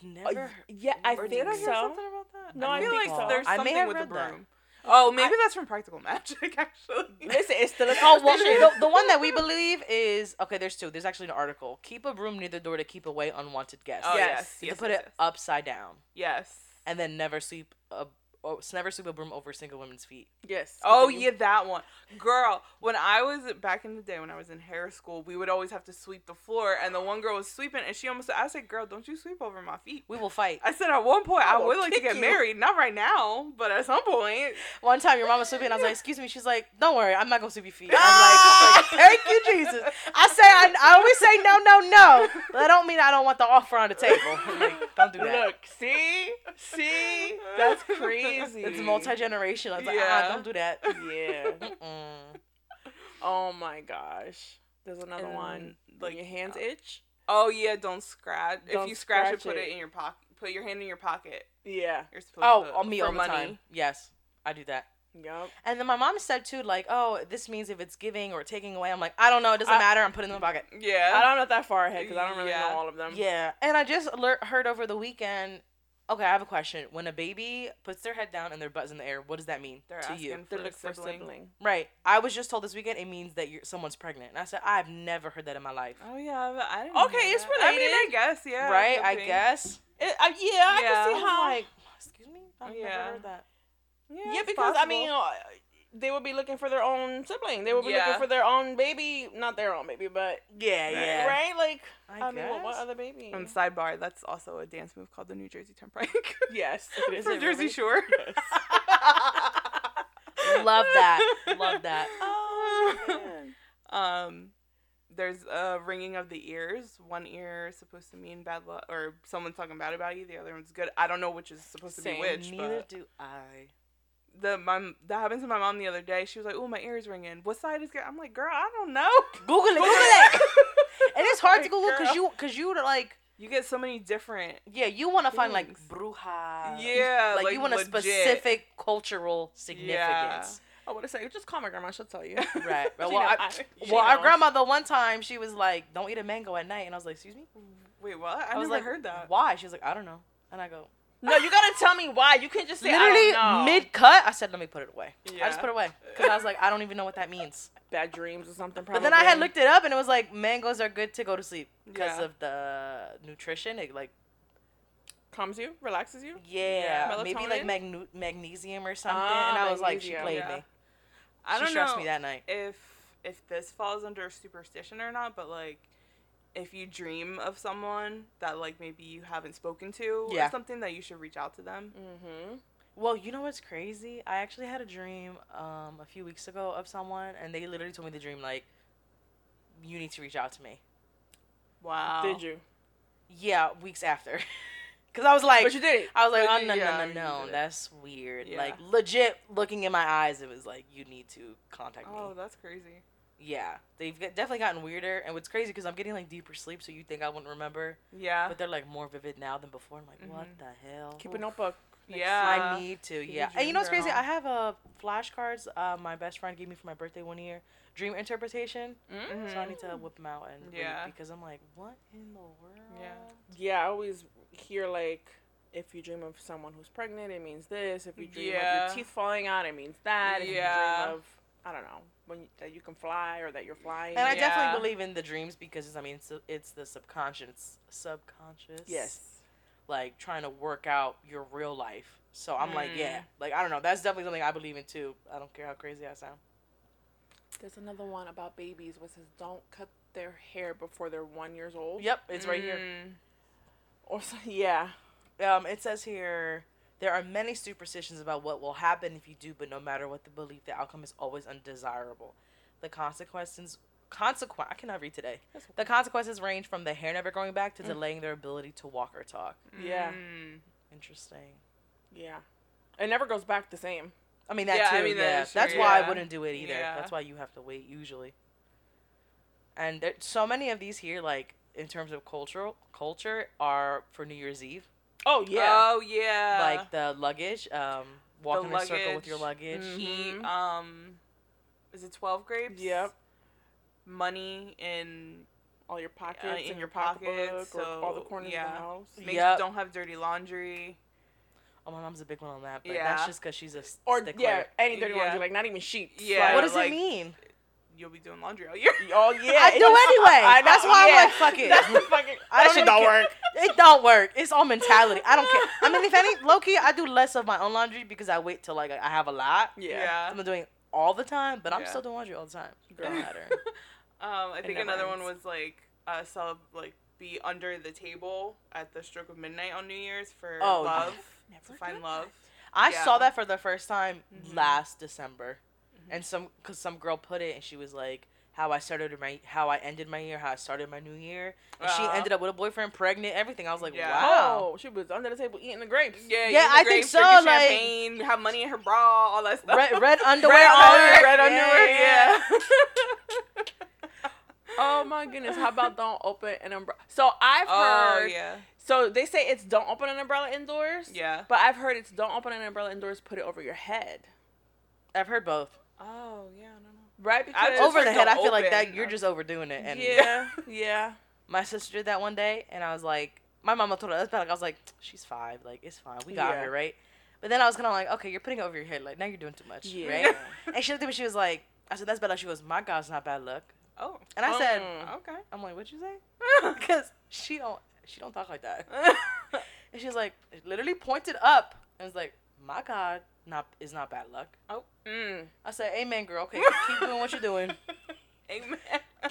Uh,
Never.
yeah, I
Or
or
think
did I hear
so.
something about that?
No,
I
I
feel
think
like
so.
there's
I may
something
have
with
read
the
that.
broom. Oh, maybe
I-
that's from Practical Magic, actually.
Listen, it's still a
Oh well,
superstition.
the, the one that we believe is okay. There's two. There's actually an article. Keep a broom near the door to keep away unwanted guests.
Oh,
Yeah.
yes.
Yes.
You
yes,
can put
yes,
it upside down,
Yes. yes.
and then never sweep a oh, s- never sweep a broom over a single woman's feet.
yes.
Oh
continue.
yeah, that one. Girl, when I was back in the day when I was in hair school, we would always have to sweep the floor and the one girl was sweeping and she almost I said, Girl, don't you sweep over my feet.
We will fight.
I said at one point
I
I,
will
would like to
kick
get
you."
married. Not right now, but at some point.
One time, your mom was sweeping, and I was like, "Excuse me." She's like, "Don't worry, I'm not gonna sweep your feet." I'm like, "Thank you, Jesus." I say, I, I always say, "No, no, no," but I don't mean I don't want the offer on the table. Like, don't do that.
Look, see, see, that's crazy.
It's multi generational. It's like,
Yeah.
ah, don't do that. Mm.
Yeah.
Mm-mm.
Oh my gosh. There's another
And
one. Like
like-
your hands itch.
Oh yeah, don't scratch.
Don't
if you scratch,
scratch
it, put
it.
it in your pocket. Put your hand in your pocket.
Yeah.
You're supposed
Oh,
to.
on me
for
all the
money.
time. Yes, I do that.
Yup.
And then my mom said too, like, "Oh, this means if it's giving or taking away." I'm like, "I don't know. It doesn't
I-
matter. I'm putting it in my pocket."
Yeah.
I don't know that far ahead because I don't really
Yeah.
know all of them.
Yeah, and I just lear- heard over the weekend. Okay, I have a question. When a baby puts their head down and their butt's in the air, what does that mean
They're
to
asking
you?
for,
They're
a
looking for a
sibling.
sibling.
Right. I was just told this weekend it means that you're someone's pregnant, and I said I've never heard that in my life.
Oh yeah, but I didn't.
Okay,
know
it's
that. I mean, I
related.
guess yeah.
right.
could
I
be.
guess.
It- I- yeah, I
Yeah.
can
I
see
was
how.
like, excuse me, I've never
Yeah.
heard that.
Yeah,
yeah,
it's
because I
possible.
mean, uh, they would be looking for their own sibling. They would be
Yeah.
looking for their own baby, not their own baby, but
Yeah,
yeah.
right, like
I,
I,
guess.
mean, what, what other baby?
On sidebar, that's also a dance move called the New Jersey Turnpike
yes, it is
from
a
Jersey
baby.
Shore.
Yes.
Love that. Love that.
Oh, Yeah.
um, there's a ringing of the ears. One ear is supposed to mean bad luck, or someone's talking bad about you. The other one's good. I don't know which is supposed to
Same,
be which.
Neither
But
do I.
the my that happened to my mom the other day. She was like, "Oh, my ear is ringing. What side is good?" I'm like, "Girl, I don't know."
Google it. Google it. And it's hard to Google because you because you like
You get so many different.
Yeah, you want to find like
Things.
bruja.
Yeah,
like, you
like,
want a
legit.
specific cultural significance.
I would have said, just call my grandma. She'll tell you.
Right.
She
Well, I-
knows. She
Well, our
knows.
grandmother one time she was like, "Don't eat a mango at night," and I was like, "Excuse me."
Wait, what? I,
I, was
never
like,
heard that.
Why? She was like, "I don't know," and I go,
No, you gotta tell me why. You can't just say I don't know.
"Literally mid cut." I said, "Let me put it away." I
Yeah.
just put it away because I was like, "I don't even know what that means."
bad dreams or something.
But
Probably.
then I had looked it up and it was like mangoes are good to go to sleep because
Yeah.
of the nutrition. It like
calms you, relaxes you.
yeah,
Yeah.
maybe like
Melatonin?
magne- magnesium or something.
Ah,
and I was like, she
magnesium,
played
yeah.
me.
I
she
don't
stressed
know
me that night.
if if this falls under superstition or not, but like if you dream of someone that like maybe you haven't spoken to
Yeah. Mm.
or something, that you should reach out to them.
Mm-hmm.
Well, you know what's crazy? I actually had a dream um, a few weeks ago of someone, and they literally told me the dream like, "You need to reach out to me."
Wow.
Did you?
Yeah, weeks after, because I was like,
but you did it.
I was like,
But
"Oh
you-
no,
yeah,
no, no,
you
no,
did it.
that's weird."
Yeah.
Like legit, looking in my eyes, it was like, "You need to contact me."
Oh, that's crazy.
Yeah, they've get, definitely gotten weirder, and what's crazy because I'm getting like deeper sleep, so you think I wouldn't remember,
Yeah.
but they're like more vivid now than before. I'm like, "What
Mhm.
the hell?"
Keep a notebook.
Yeah.
I need to,
need
yeah. And you know what's
dream
crazy?
journal.
I have a flashcards uh, my best friend gave me for my birthday one year, dream interpretation.
Mm-hmm.
Mhm.
So I need to whip them out and
Yeah.
read because I'm like, what in the world?
Yeah.
Yeah, I always hear like, if you dream of someone who's pregnant, it means this. If you dream of
Yeah.
your teeth falling out, it means that. If you
Yeah.
dream of, I don't know, when you, that you can fly or that you're flying.
And I
Yeah.
definitely believe in the dreams because I mean, it's, it's the subconscious, subconscious.
yes.
Like trying to work out your real life. So I'm like,
Mm.
yeah. Like I don't know. That's definitely something I believe in too. I don't care how crazy I sound.
There's another one about babies which says don't cut their hair before they're one years old.
Yep, it's right here.
Mm.
Or so, yeah.
Um, it says here there are many superstitions about what will happen if you do, but no matter what the belief, the outcome is always undesirable. The consequences consequence I cannot read today.
That's okay.
The consequences range from the hair never growing back to
Mm.
delaying their ability to walk or talk.
Yeah.
Mm.
Interesting.
Yeah. It never goes back the same.
I mean that
Yeah,
too.
I mean, that
yeah,
is true,
that's why I
yeah.
wouldn't do it either.
Yeah.
That's why you have to wait usually. And there, so many of these here, like in terms of cultural culture, are for New Year's Eve.
Oh
Oh yeah.
like the luggage, um, walking in a circle with your
luggage.
luggage.
Mm.
he
Mm-hmm.
Mhm.
um, is it twelve grapes?
Yep.
Money in
All your pockets
uh, in
and
your
your pocketbook
pockets,
or all the
so,
corners of
yeah.
the house.
make
Yep.
don't have dirty laundry.
Oh, my mom's a big one on that, but
Yeah.
that's just because she's a s-
Or
stickler.
yeah, any dirty
Yeah.
laundry, like not even sheets.
Yeah,
Like,
what does
like-
it mean?
You'll be doing laundry all year.
Oh yeah.
I do anyway. That's why I'm like, fuck it.
That's the fucking.
I
that
don't really
shit don't
care.
work.
It don't work. It's all mentality. I don't care. I mean, if any low key, I do less of my own laundry because I wait till like I have a lot.
Yeah.
I'm not doing it all the time, but I'm
Yeah.
still doing laundry all the time.
Girl.
Girl matter.
Um, I think
never
another one
ends.
was like uh, sell like be under the table at the stroke of midnight on New Year's for
Oh,
love
Never
to find
done
love.
I
Yeah.
saw that for the first time
Mhm.
last December, and some because some girl put it and she was like, "How I started my, how I ended my year, how I started my new year," and she
Aw.
ended up with a boyfriend, pregnant, everything. I was like,
Uh-huh. Yeah.
"Wow."
Oh, she was under the table eating the grapes.
Yeah,
Yeah, eating the
I think
grapes,
so,
drinking
like-
champagne, have money in her bra, all that stuff.
red, red underwear
Red
on
underwear,
her.
red
Yeah,
underwear, yeah.
Oh my goodness! How about don't open an umbrella? So I've
Oh
heard.
yeah,
So they say it's don't open an umbrella indoors.
yeah.
But I've heard it's don't open an umbrella indoors. Put it over your head.
I've heard both.
Oh yeah, I don't know.
Right?
I
Because
just
Over
heard
the head, I
don't
feel like that
open.
you're just overdoing it. And
yeah, yeah.
my sister did that one day, and I was like, my mama told her that's bad. Like, I was like, she's five, like it's fine, we got
Yeah.
her, right? But then I was kind of like, okay, you're putting it over your head, like now you're doing too much,
Yeah.
right? And she looked at me, she was like, I said that's bad luck. She goes, my God's not bad luck.
Oh,
And I said,
Mm.
okay.
I'm like, what'd you say? Because she don't she don't talk like that.
Mm.
And she's like, literally pointed up and was like, my God, not is not bad luck.
Mm.
I said, Amen, girl. Okay, keep doing what you're doing.
Amen.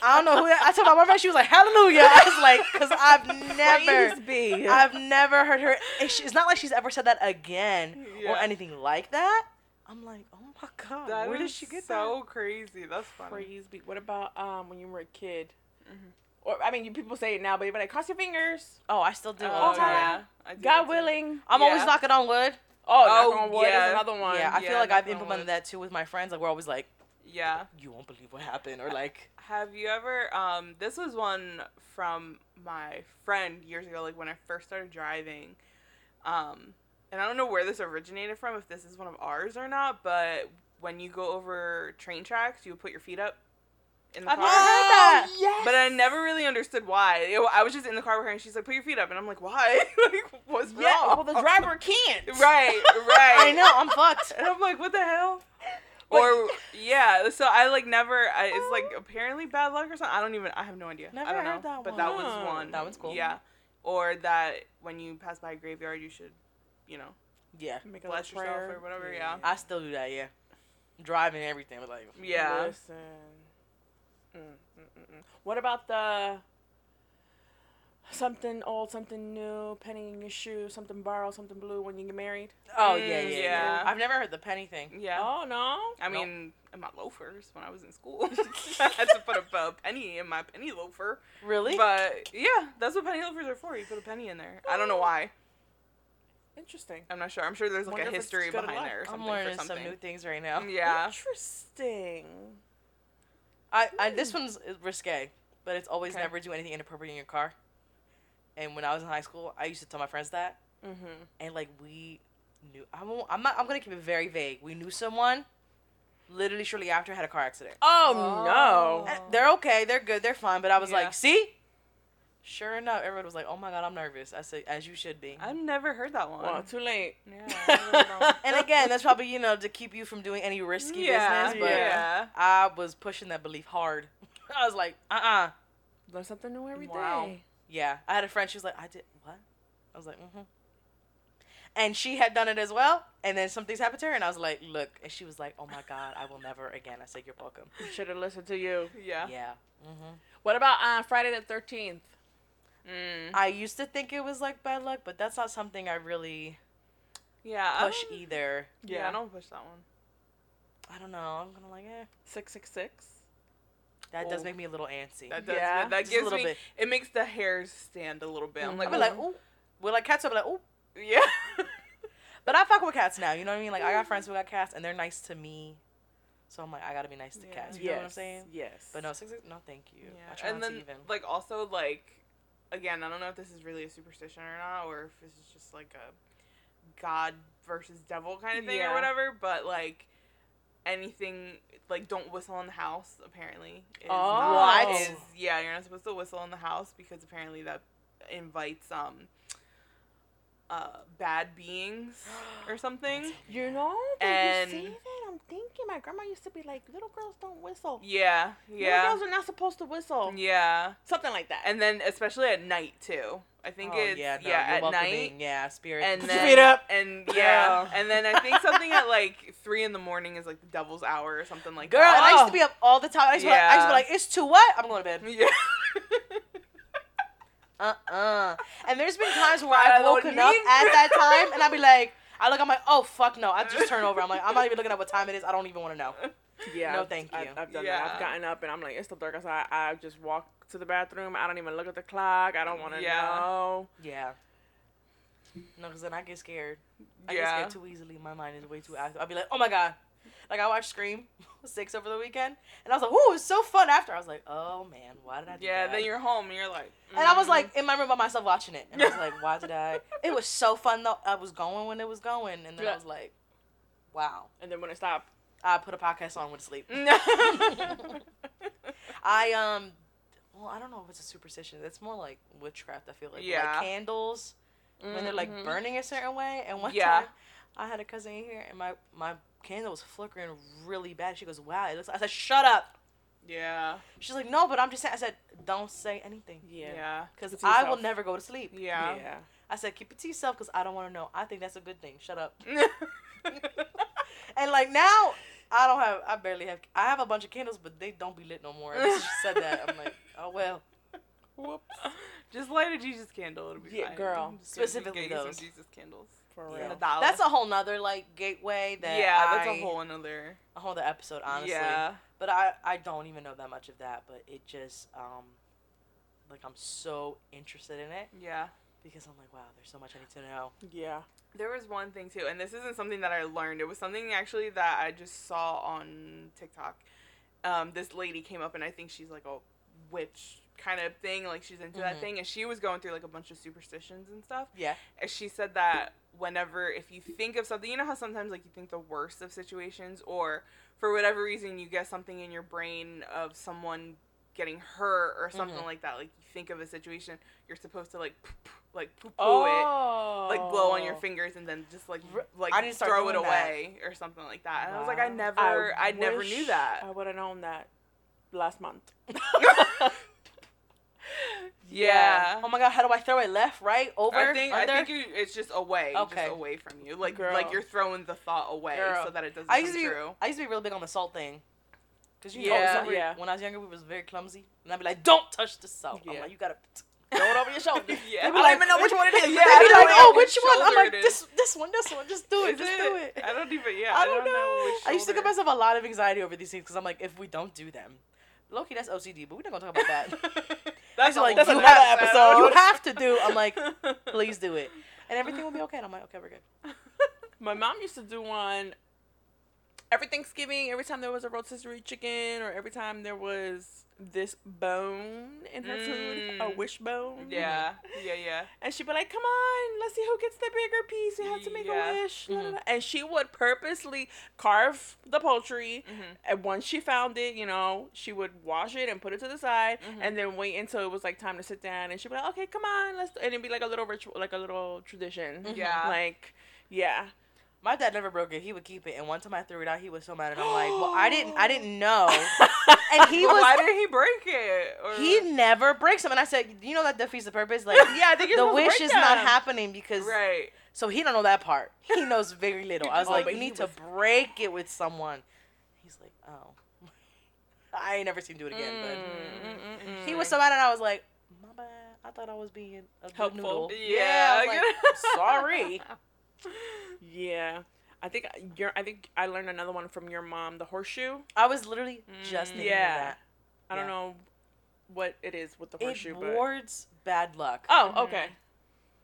I don't know who that. I told my boyfriend she was like, Hallelujah. I was like, because I've never,
Praise be.
I've never heard her. and she- It's not like she's ever said that again
Yeah.
or anything like that. I'm like, oh my God,
That
where did
is
she get
so crazy? That's funny.
Praise be. What about um when you were a kid?
Mhm.
Or I mean, you people say it now, but you're like, cross your fingers.
that? Oh, I still do.
Oh,
all the time.
yeah. I do that
God
too.
willing.
I'm always
Yeah.
knocking on wood.
Oh,
Oh,
knock on wood is
yeah.
another one.
Yeah, I
yeah,
feel like I've
knocking on
implemented
wood.
that too with my friends. Like we're always like,
Yeah.
You won't believe what happened, or like,
Have you ever? Um, this was one from my friend years ago, like when I first started driving. Um, and I don't know where this originated from, if this is one of ours or not, but when you go over train tracks, you would put your feet up in the
I've
Uh-huh.
car.
never heard that.
yes.
But I never really understood why. It- I was just in the car with her, and she's like, "Put your feet up," and I'm like, "Why? like, what's
Yeah,
wrong?"
well, the driver can't.
Right, right.
I know. I'm fucked.
And I'm like, what the hell?
But-
or yeah, so I like never. I, it's like apparently bad luck or something. I don't even. I have no idea.
Oh. Never
I don't
heard
know.
that
but
one.
that was
Huh.
one.
That one's cool.
Yeah. Or that when you pass by a graveyard, you should, you know,
Yeah,
Make a
bless
little
yourself
prayer.
or whatever.
Yeah.
Yeah.
I still do that. Yeah, driving and everything, but like,
Yeah.
Listen. Mm, mm, mm, mm. What about the something old, something new, penny in your shoe, something borrowed, something blue when you get married?
oh yeah,
Mm,
yeah,
yeah.
yeah. I've never heard the penny thing.
Yeah.
Oh no.
I
Nope.
mean, in my loafers when I was in school, I had to put a, a penny in my penny loafer.
Really?
But yeah, that's what penny loafers are for. You put a penny in there. I don't know why.
Interesting.
I'm not sure. I'm sure there's like
Wonder
a
if it's
history
good
behind
luck.
there or
I'm
something for
learning some new
something.
things right now.
yeah.
Interesting.
I, I this one's uh, risque, but it's always
Mm. Okay.
never do anything inappropriate in your car. And when I was in high school, I used to tell my friends that,
Mm-hmm.
and like we knew. I won't, I'm not. I'm gonna keep it very vague. We knew someone, literally shortly after had a car accident.
Oh,
Oh.
no.
And they're okay. They're good. They're fine. But I was
Yeah.
like, see. Sure enough, everyone was like, "Oh my god, I'm nervous." I said, "As you should be."
I've never heard that one.
Well, too late.
Yeah, I never heard that
and again, that's probably you know to keep you from doing any
one.
risky
yeah,
business. But
yeah.
I was pushing that belief hard. I was like, "Uh uh
Learn something new every day.
Wow.
Yeah, I had a friend. She was like, "I did what?" I was like, "Mm-hmm." And she had done it as well. And then some things happened to her, and I was like, "Look," and she was like, "Oh my god, I will never again." I said, "You're welcome."
Should have listened to you.
yeah.
Yeah. Mm-hmm.
What about on Friday the thirteenth?
Mm.
I used to think it was like bad luck, but that's not something I really
yeah. I
push E.
don't-
either.
Yeah.
Yeah.
I don't push that one.
I don't know. I'm gonna like, eh.
Six six six.
That does
Oh.
make me a little antsy.
That does.
Yeah.
That, that
Just a
gives
little
me.
bit. Mm.
It makes the hairs stand a little bit. I'm like, oh.
I'll be like, ooh. Well, like cats, I'll be like, ooh.
"Ooh, yeah.
But I fuck with cats now. You know what I mean? Like I got friends who got cats, and they're nice to me. So I'm like, I gotta be nice to
Yeah.
cats. You
yes.
know what I'm saying?
Yes.
But no, six, six no, thank you. I
yeah.
try
And
not
then,
to even.
like, also, like, again, I don't know if this is really a superstition or not, or if this is just like a God versus devil kind of thing
Yeah.
or whatever. But like, anything like don't whistle in the house apparently. Is not-
What?
is yeah, you're not supposed to whistle in the house because apparently that invites um uh bad beings or something.
You know, that
And-
you say that, I'm thinking my grandma used to be like, little girls don't whistle.
Yeah,
Little
yeah.
girls are not supposed to whistle.
Yeah.
Something like that.
And then especially at night too. I think
oh,
it's yeah,
yeah, no, you're
at night.
welcoming, Yeah, spirit.
And
Put your
then,
feet up.
And yeah.
Oh.
Girl.
And then I think something at like three in the morning is like the devil's hour or something like
Girl, and I
that.
used to be up all the time. I used, to, be like, I used to be
Yeah.
like, it's two what? I'm going to bed.
Yeah.
Uh uh And there's been times where
I
I've
don't
woken up
need-
at that time and I'd be like, I look, I'm like, oh fuck no. I just turn over. I'm like, I'm not even looking at what time it is. I don't even want to know.
Yeah.
No,
I've-
thank
I've,
you.
I've done that.
Yeah.
I've gotten up and I'm like, it's still dark outside. I just walk to the bathroom. I don't even look at the clock. I don't want to
Yeah.
know.
Yeah. No, because then I get scared. I
yeah.
get scared too easily. My mind is way too active. I'll be like, oh my god. Like I watched Scream Six over the weekend, and I was like, "Ooh, it's so fun." After I was like, "Oh man, why did I do
Yeah,
that?"
then you're home and you're like
And I was
mm.
Mm-hmm.
like in my room by myself watching it, and I was like, "Why did I?" It was so fun though. I was going when it was going, and then
Yeah.
I was like, "Wow."
And then when it stopped,
I put a podcast on when to sleep. I um, well, I don't know if it's a superstition. It's more like witchcraft. I feel like
Yeah.
like candles when they're
Mm-hmm.
like burning a certain way. And one
Yeah.
time, I had a cousin in here, and my my candle was flickering really bad. She goes, "Wow, it looks." I said, "Shut up."
Yeah.
She's like, "No, but I'm just saying." I said, "Don't say anything."
Yeah.
Yeah.
Because
Keep it to
I
yourself.
will never go to sleep.
Yeah.
I said, keep it to yourself because I don't want to know. I think that's a good thing. Shut up.
yeah.
And like now, I don't have, I barely have, I have a bunch of candles, but they don't be lit no more. And she said that. I'm like, oh well.
Whoops.
Just light a Jesus candle. It'll be
Yeah,
fine.
girl.
I'm just gonna
Specifically
get you
those.
some Jesus candles.
For
Yeah.
real.
And a
Yeah.
dollar.
That's a whole nother like gateway that
yeah. that's
I-
a whole another.
a whole other episode honestly.
Yeah.
But I I don't even know that much of that, but it just um like I'm so interested in it
Yeah.
because I'm like wow, there's so much I need to know.
There was one thing too, and this isn't something that I learned. It was something actually that I just saw on TikTok. um, this lady came up and I think she's like a witch kind of thing, like she's into that
Mhm.
thing, and she was going through like a bunch of superstitions and stuff.
Yeah.
And she said that whenever if you think of something, you know how sometimes like you think the worst of situations, or for whatever reason you get something in your brain of someone getting hurt or something
Mhm.
like that. Like you think of a situation, you're supposed to like like poo poo it
Oh.
like blow on your fingers and then just like
R-
like
I didn't start
throw it
doing that.
away or something like that. And I was like, I
Wow.
never, Oh. I, never
wish
knew that.
I would have known that last month.
yeah.
Oh my god, how do I throw it left, right, over?
I think
under?
I think you, it's just away,
Okay.
just away from you. Like
Girl.
like you're throwing the thought away
Girl.
so that it doesn't
I
come
used to be,
true.
I used to be real big on the salt thing. Cause you
Yeah,
know, some-
yeah.
when I was younger, we was very clumsy, and I'd be like, "Don't touch the salt." I'm
Yeah.
like, "You gotta throw it over your shoulder."
yeah.
They be like,
Yeah,
They'd
I
be
don't
like,
know
"Oh,
which
which one?" I'm
shoulder
like,
it is.
"This, this one, this one. Just do it.
Is
just
it?
do it."
I don't even. Yeah,
I don't know.
which
I used to give
shoulder.
myself a lot of anxiety over these things because I'm like, if we don't do them, Loki, that's OCD, but we're not gonna talk about that.
that's
like,
that's
you
another
have,
episode.
You have to do. I'm like, please do it, and everything will be okay. And I'm like, okay, we're good.
My mom used to do one every Thanksgiving, every time there was a rotisserie chicken, or every time there was this bone in her food, a
Mm.
wishbone.
Yeah, yeah, yeah.
And she'd be like, come on, let's see who gets the bigger piece. We have to make
Yeah. Mm-hmm.
a wish.
Mhm.
And she would purposely carve the poultry.
Mhm.
And once she found it, you know, she would wash it and put it to the side
Mhm.
and then wait until it was like time to sit down. And she'd be like, okay, come on, let's. And it'd be like a little ritual, like a little tradition.
Mhm.
Yeah.
Like, yeah.
My dad never broke it. He would keep it, and one time I threw it out. He was so mad, and I'm like, well, I didn't, I didn't know. And he
Well, why
was,
did he break it? Or...
he never breaks them. And I said, you know that defeats the purpose. Like,
yeah, I think you're
the
supposed to
wish
break
is not
them.
happening because
right.
So he don't know that part. He knows very little. I was
Oh,
like,
but
you
he
need to
was-
break it with someone. He's like, oh, I ain't never seen him do it again. But he
Mm.
was so mad, and I was like, my bad. I thought I was being a good
Helpful.
noodle.
Yeah.
I was like, sorry.
Yeah. I think uh, your I think I learned another one from your mom, the horseshoe.
I was literally just
Mm,
thinking
yeah.
of that.
I don't
Yeah.
know what it is with the horseshoe,
It
but
wards bad luck.
Oh, okay.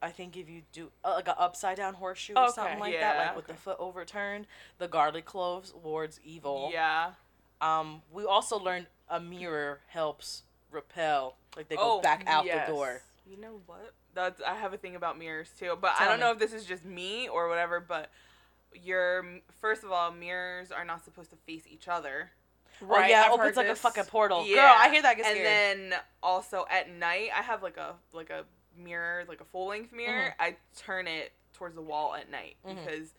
I think if you do uh, like an upside down horseshoe or
Okay.
something like that,
Yeah.
like with the foot overturned, the garlic cloves wards evil.
Yeah.
Um, we also learned a mirror helps repel, like they go
Oh,
back out
yes.
the door.
You know what? That's I have a thing about mirrors too, but I
Tell
don't
me.
know if this is just me or whatever. But your first of all, mirrors are not supposed to face each other.
oh yeah,
I've
it opens
heard
like a
this.
fucking portal. Girl,
Yeah.
I hear that gets
and
scary.
then also at night, I have like a like a mirror, like a full length
Mm-hmm.
mirror. I turn it towards the wall at night
Mhm.
because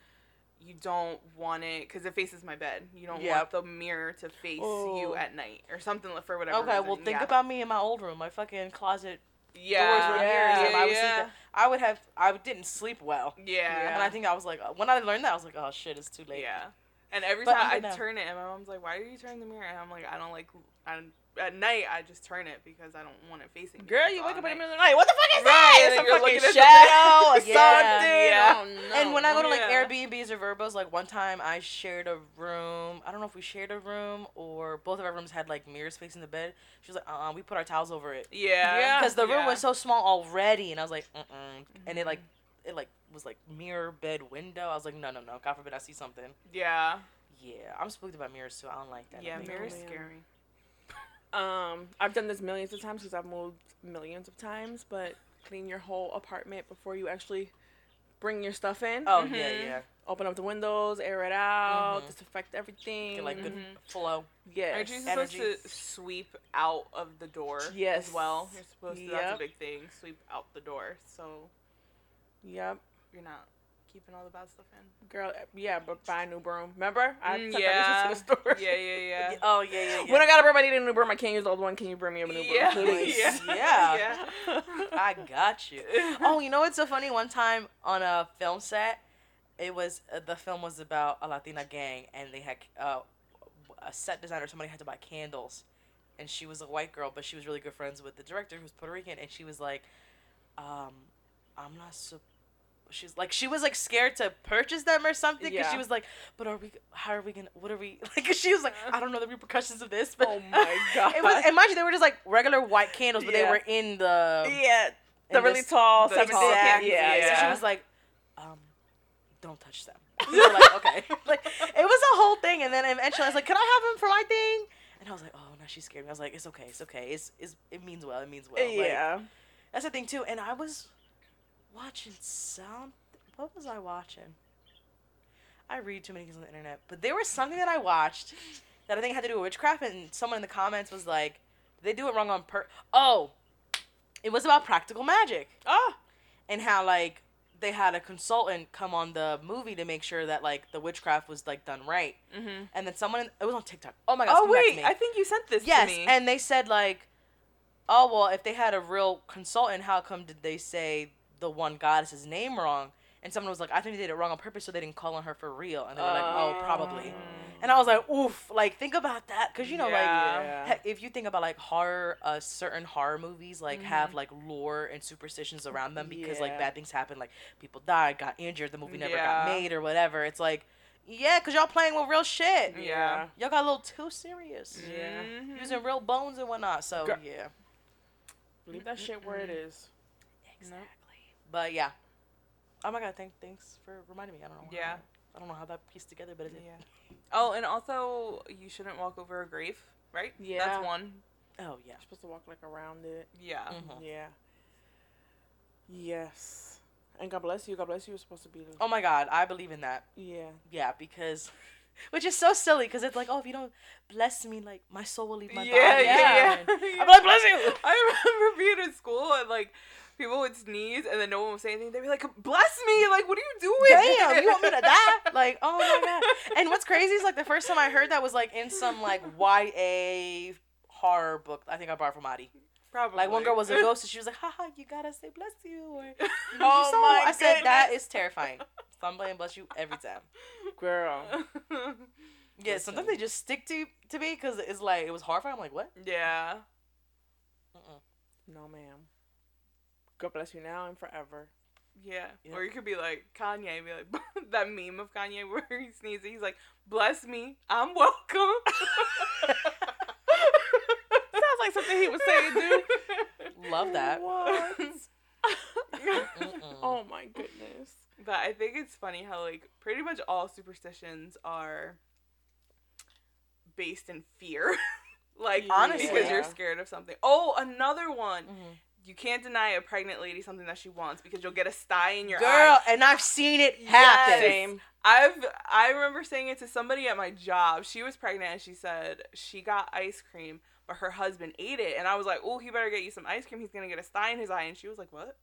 you don't want it because it faces my bed. You don't
Yep.
want the mirror to face
Oh.
you at night or something like- for whatever.
okay,
reason.
well think
yeah.
about me in my old room, my fucking closet.
yeah.
were
mirrors
yeah,
and
I was
yeah,
I would have, I didn't sleep well,
yeah.
and I think I was like, uh, when I learned that, I was like, oh shit, it's too late.
Yeah. And every
But
time
I
I,
don't know.
turn it, and my mom's like, "Why do you turn the mirror?" And I'm like, "I don't like. I at night I just turn it because I don't want it facing me.
Girl,
That's
you
all
wake up in the
night.
middle of the night. What the fuck
Right,
is that?
and
It's a
you're
fucking
looking at the-
shadow or something.
Yeah.
I don't
And
know.
when I go to like
oh, Yeah.
Airbnbs or Verbos, like one time I shared a room. I don't know if we shared a room or both of our rooms had like mirrors facing the bed. She was like, uh, uh we put our towels over it.
Yeah.
Yeah.
because the room
Yeah. Mm-hmm.
was so small already, and I was like, mm and it like, it like was like mirror bed window. I was like, no, no, no. God forbid I see something.
Yeah.
Yeah, I'm spooked about mirrors too. I don't like that.
Yeah.
Like,
Mirrors
man.
scare me.
Um, I've done this millions of times because I've moved millions of times, but clean your whole apartment before you actually bring your stuff in.
Oh yeah,
Mhm.
yeah.
Open up the windows, air it out,
Mhm.
disinfect everything.
Get like good
Mhm.
flow.
yes.
Aren't you supposed
Energy.
to sweep out of the door
Yes.
as well? You're supposed to. That's
Yep.
a big thing. Sweep out the door so
Yep.
you're not keeping all the bad stuff in.
Girl, yeah, but buy a new broom. Remember? I
Mm,
took
yeah.
yeah. to the store.
Yeah. Yeah. Yeah.
Oh yeah, yeah, yeah.
When I gotta bring my need a new broom, I can't use the old one. Can you bring me a new
Yeah.
broom, please?
Yeah.
Yeah.
I got you. Oh, you know what's so funny? One time on a film set, it was uh, the film was about a Latina gang, and they had uh, a set designer. Somebody had to buy candles, and she was a white girl, but she was really good friends with the director, who's Puerto Rican, and she was like, um, "I'm not so." She's like she was like scared to purchase them or something because
Yeah.
she was like, but are we? How are we gonna? What are we? Like she was like, I don't know the repercussions of this. But
Oh my god.
It was and mind you, they were just like regular white candles, but they
Yeah.
were in the
yeah, the
in
really
this-
tall,
the
seven
tall
yeah,
candles,
yeah,
yeah.
So she was like, um, don't touch them. We were like, okay. like, it was a whole thing. And then eventually I was like, can I have them for my thing? And I was like, oh, no, she scared me. I was like, it's okay, it's okay. It's, it's it means well, it means well. Like,
yeah.
that's the thing too. And I was watching sound. What was I watching? I read too many things on the internet, but there was something that I watched that I think had to do with witchcraft, and someone in the comments was like, "Did they do it wrong on per?" Oh, it was about practical magic
Ah.
oh.
and how like they had a consultant come on the movie to make sure that like the witchcraft was like done right,
Mm-hmm.
and then someone in- it was on TikTok. Oh my god!
Oh wait, I think you sent this
yes,
to me.
and they said like, "Oh well, if they had a real consultant, how come did they say the one goddess's name wrong?" And someone was like, "I think they did it wrong on purpose, so they didn't call on her for real." And they were like, "Oh, probably."
Mm.
And I was like, "Oof!" Like think about that, because you know,
Yeah.
like
Yeah.
heck, if you think about like horror, uh, certain horror movies like
Mm-hmm.
have like lore and superstitions around them because like
Yeah.
bad things happen, like people died, got injured, the movie never got
Yeah.
made or whatever. It's like, yeah, because y'all playing with real
Mm.
shit.
Yeah.
Y'all got a little too serious
Yeah.
Mhm.
using real bones and whatnot. So
Gir-
yeah,
Leave that shit where it is.
exactly. But yeah, oh my god, thank, thanks for reminding me. I don't know.
Yeah.
How, I don't know how that pieced together, but it did.
Yeah. Oh, and also you shouldn't walk over a grave, right?
Yeah.
That's one.
Oh yeah.
You're supposed to walk like around it.
Yeah.
Mhm.
Yeah. Yes. And God bless you. God bless you. You're supposed to be. The,
Oh my god, I believe in that.
Yeah.
Yeah, because. Which is so silly because it's like, oh, if you don't bless me, like my soul will leave my
yeah,
body.
yeah,
And-
yeah.
I'm like, bless you.
I remember being in school and like people would sneeze and then no one would say anything. They'd be like, "Bless me!" Like, what are you doing?
Damn, you want me to die? Like, oh my god. And what's crazy is like the first time I heard that was like in some like YA horror book. I think I borrowed from Adi.
Probably.
Like one girl was a ghost and she was like, haha, you gotta say bless you or
Oh
oh my I said that is terrifying. So I'm blaming bless you every time.
girl.
Yeah, sometimes they just stick to to me because it's like it was horrifying. I'm like, what?
yeah.
Mm-mm.
No, ma'am. God bless you now and forever.
Yeah.
Yeah.
Or you could be like Kanye, be like that meme of Kanye where he sneezes, he's like, "Bless me, I'm welcome."
Sounds like something he would say, dude.
Love that.
What?
Mm-mm.
oh my goodness.
But I think it's funny how like pretty much all superstitions are based in fear. like
Honestly.
because you're
Yeah.
scared of something. Oh, another one.
Mhm.
You can't deny a pregnant lady something that she wants because you'll get a sty in your
Girl,
eye.
and I've seen it
Yes.
happen.
Same.
I've I remember saying it to somebody at my job. She was pregnant and she said she got ice cream, but her husband ate it. And I was like, Oh, he better get you some ice cream. He's gonna get a sty in his eye. And she was like, What?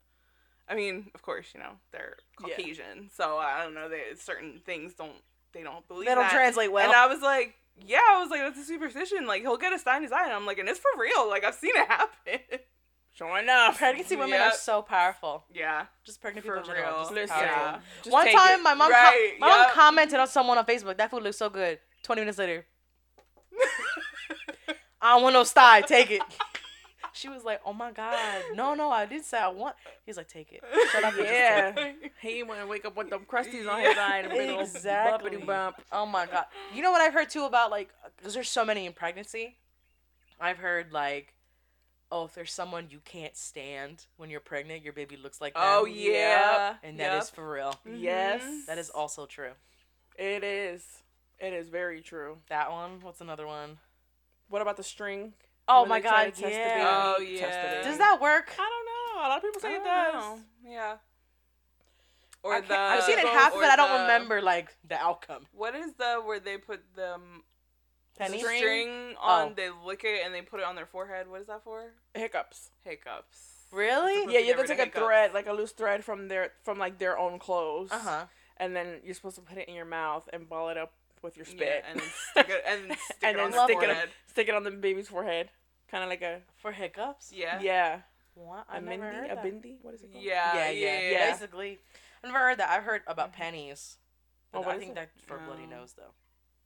I mean, of course, you know, they're
Yeah.
Caucasian. So I don't know, they, certain things don't they don't believe
They don't
that.
translate well.
And I was like, Yeah, I was like, that's a superstition. Like he'll get a sty in his eye. And I'm like, and it's for real. Like I've seen it happen.
Sure enough.
Pregnancy women
Yep.
are so powerful.
yeah.
Just pregnant
For
people in general,
real.
just
Listen.
powerful.
Yeah.
Just
One
take
time,
it.
my mom co-
Right,
my mom
yep.
commented on someone on Facebook. That food looks so good. Twenty minutes later, I don't want no sty. Take it. She was like, "Oh my god, no, no, I didn't say I want." He's like, "Take it." Shut up. and just take
Yeah.
it."
He want to wake up with them crusties on his eye and a big old
Exactly.
bumpity bump.
Oh my god. You know what I've heard too about like, because there's so many in pregnancy. I've heard like, oh, if there's someone you can't stand when you're pregnant, your baby looks like them.
Oh
Yep.
yeah.
and that is
Yep.
for real.
Yes.
Mm-hmm. That is also true.
It is. It is very true.
That one. What's another one?
What about the string?
Oh
When
my
they try
god.
to test the baby,
Yeah.
Oh,
test the
yeah.
baby.
Does that work?
I don't know. A lot of people
I
say it
don't
does.
know. Yeah.
I
Or
can't-
the
I've seen it
or
happen, but I don't
the-
remember like the outcome.
What is the where they put the m-
Penny?
string, on?
Oh.
They lick it and they put it on their forehead. What is that for?
Hiccups.
Hiccups.
Really?
Yeah, you're
Different
gonna take a
hiccups.
thread, like a loose thread from their from like their own clothes,
Uh huh.
and then you're supposed to put it in your mouth and ball it up with your
Yeah,
spit,
and then stick it and then stick
And
it on
then
their
stick it on-
forehead.
stick it on the baby's forehead, kind of like a
For hiccups?
Yeah.
yeah,
What?
a
I've never heard
bindi, a
that.
bindi. What is it called?
Yeah.
yeah, yeah, Mm-hmm.
yeah.
yeah.
Basically, I've never heard that. I've heard about pennies.
Oh,
But
what
I
is
think
it?
that's for bloody
Um,
nose, though.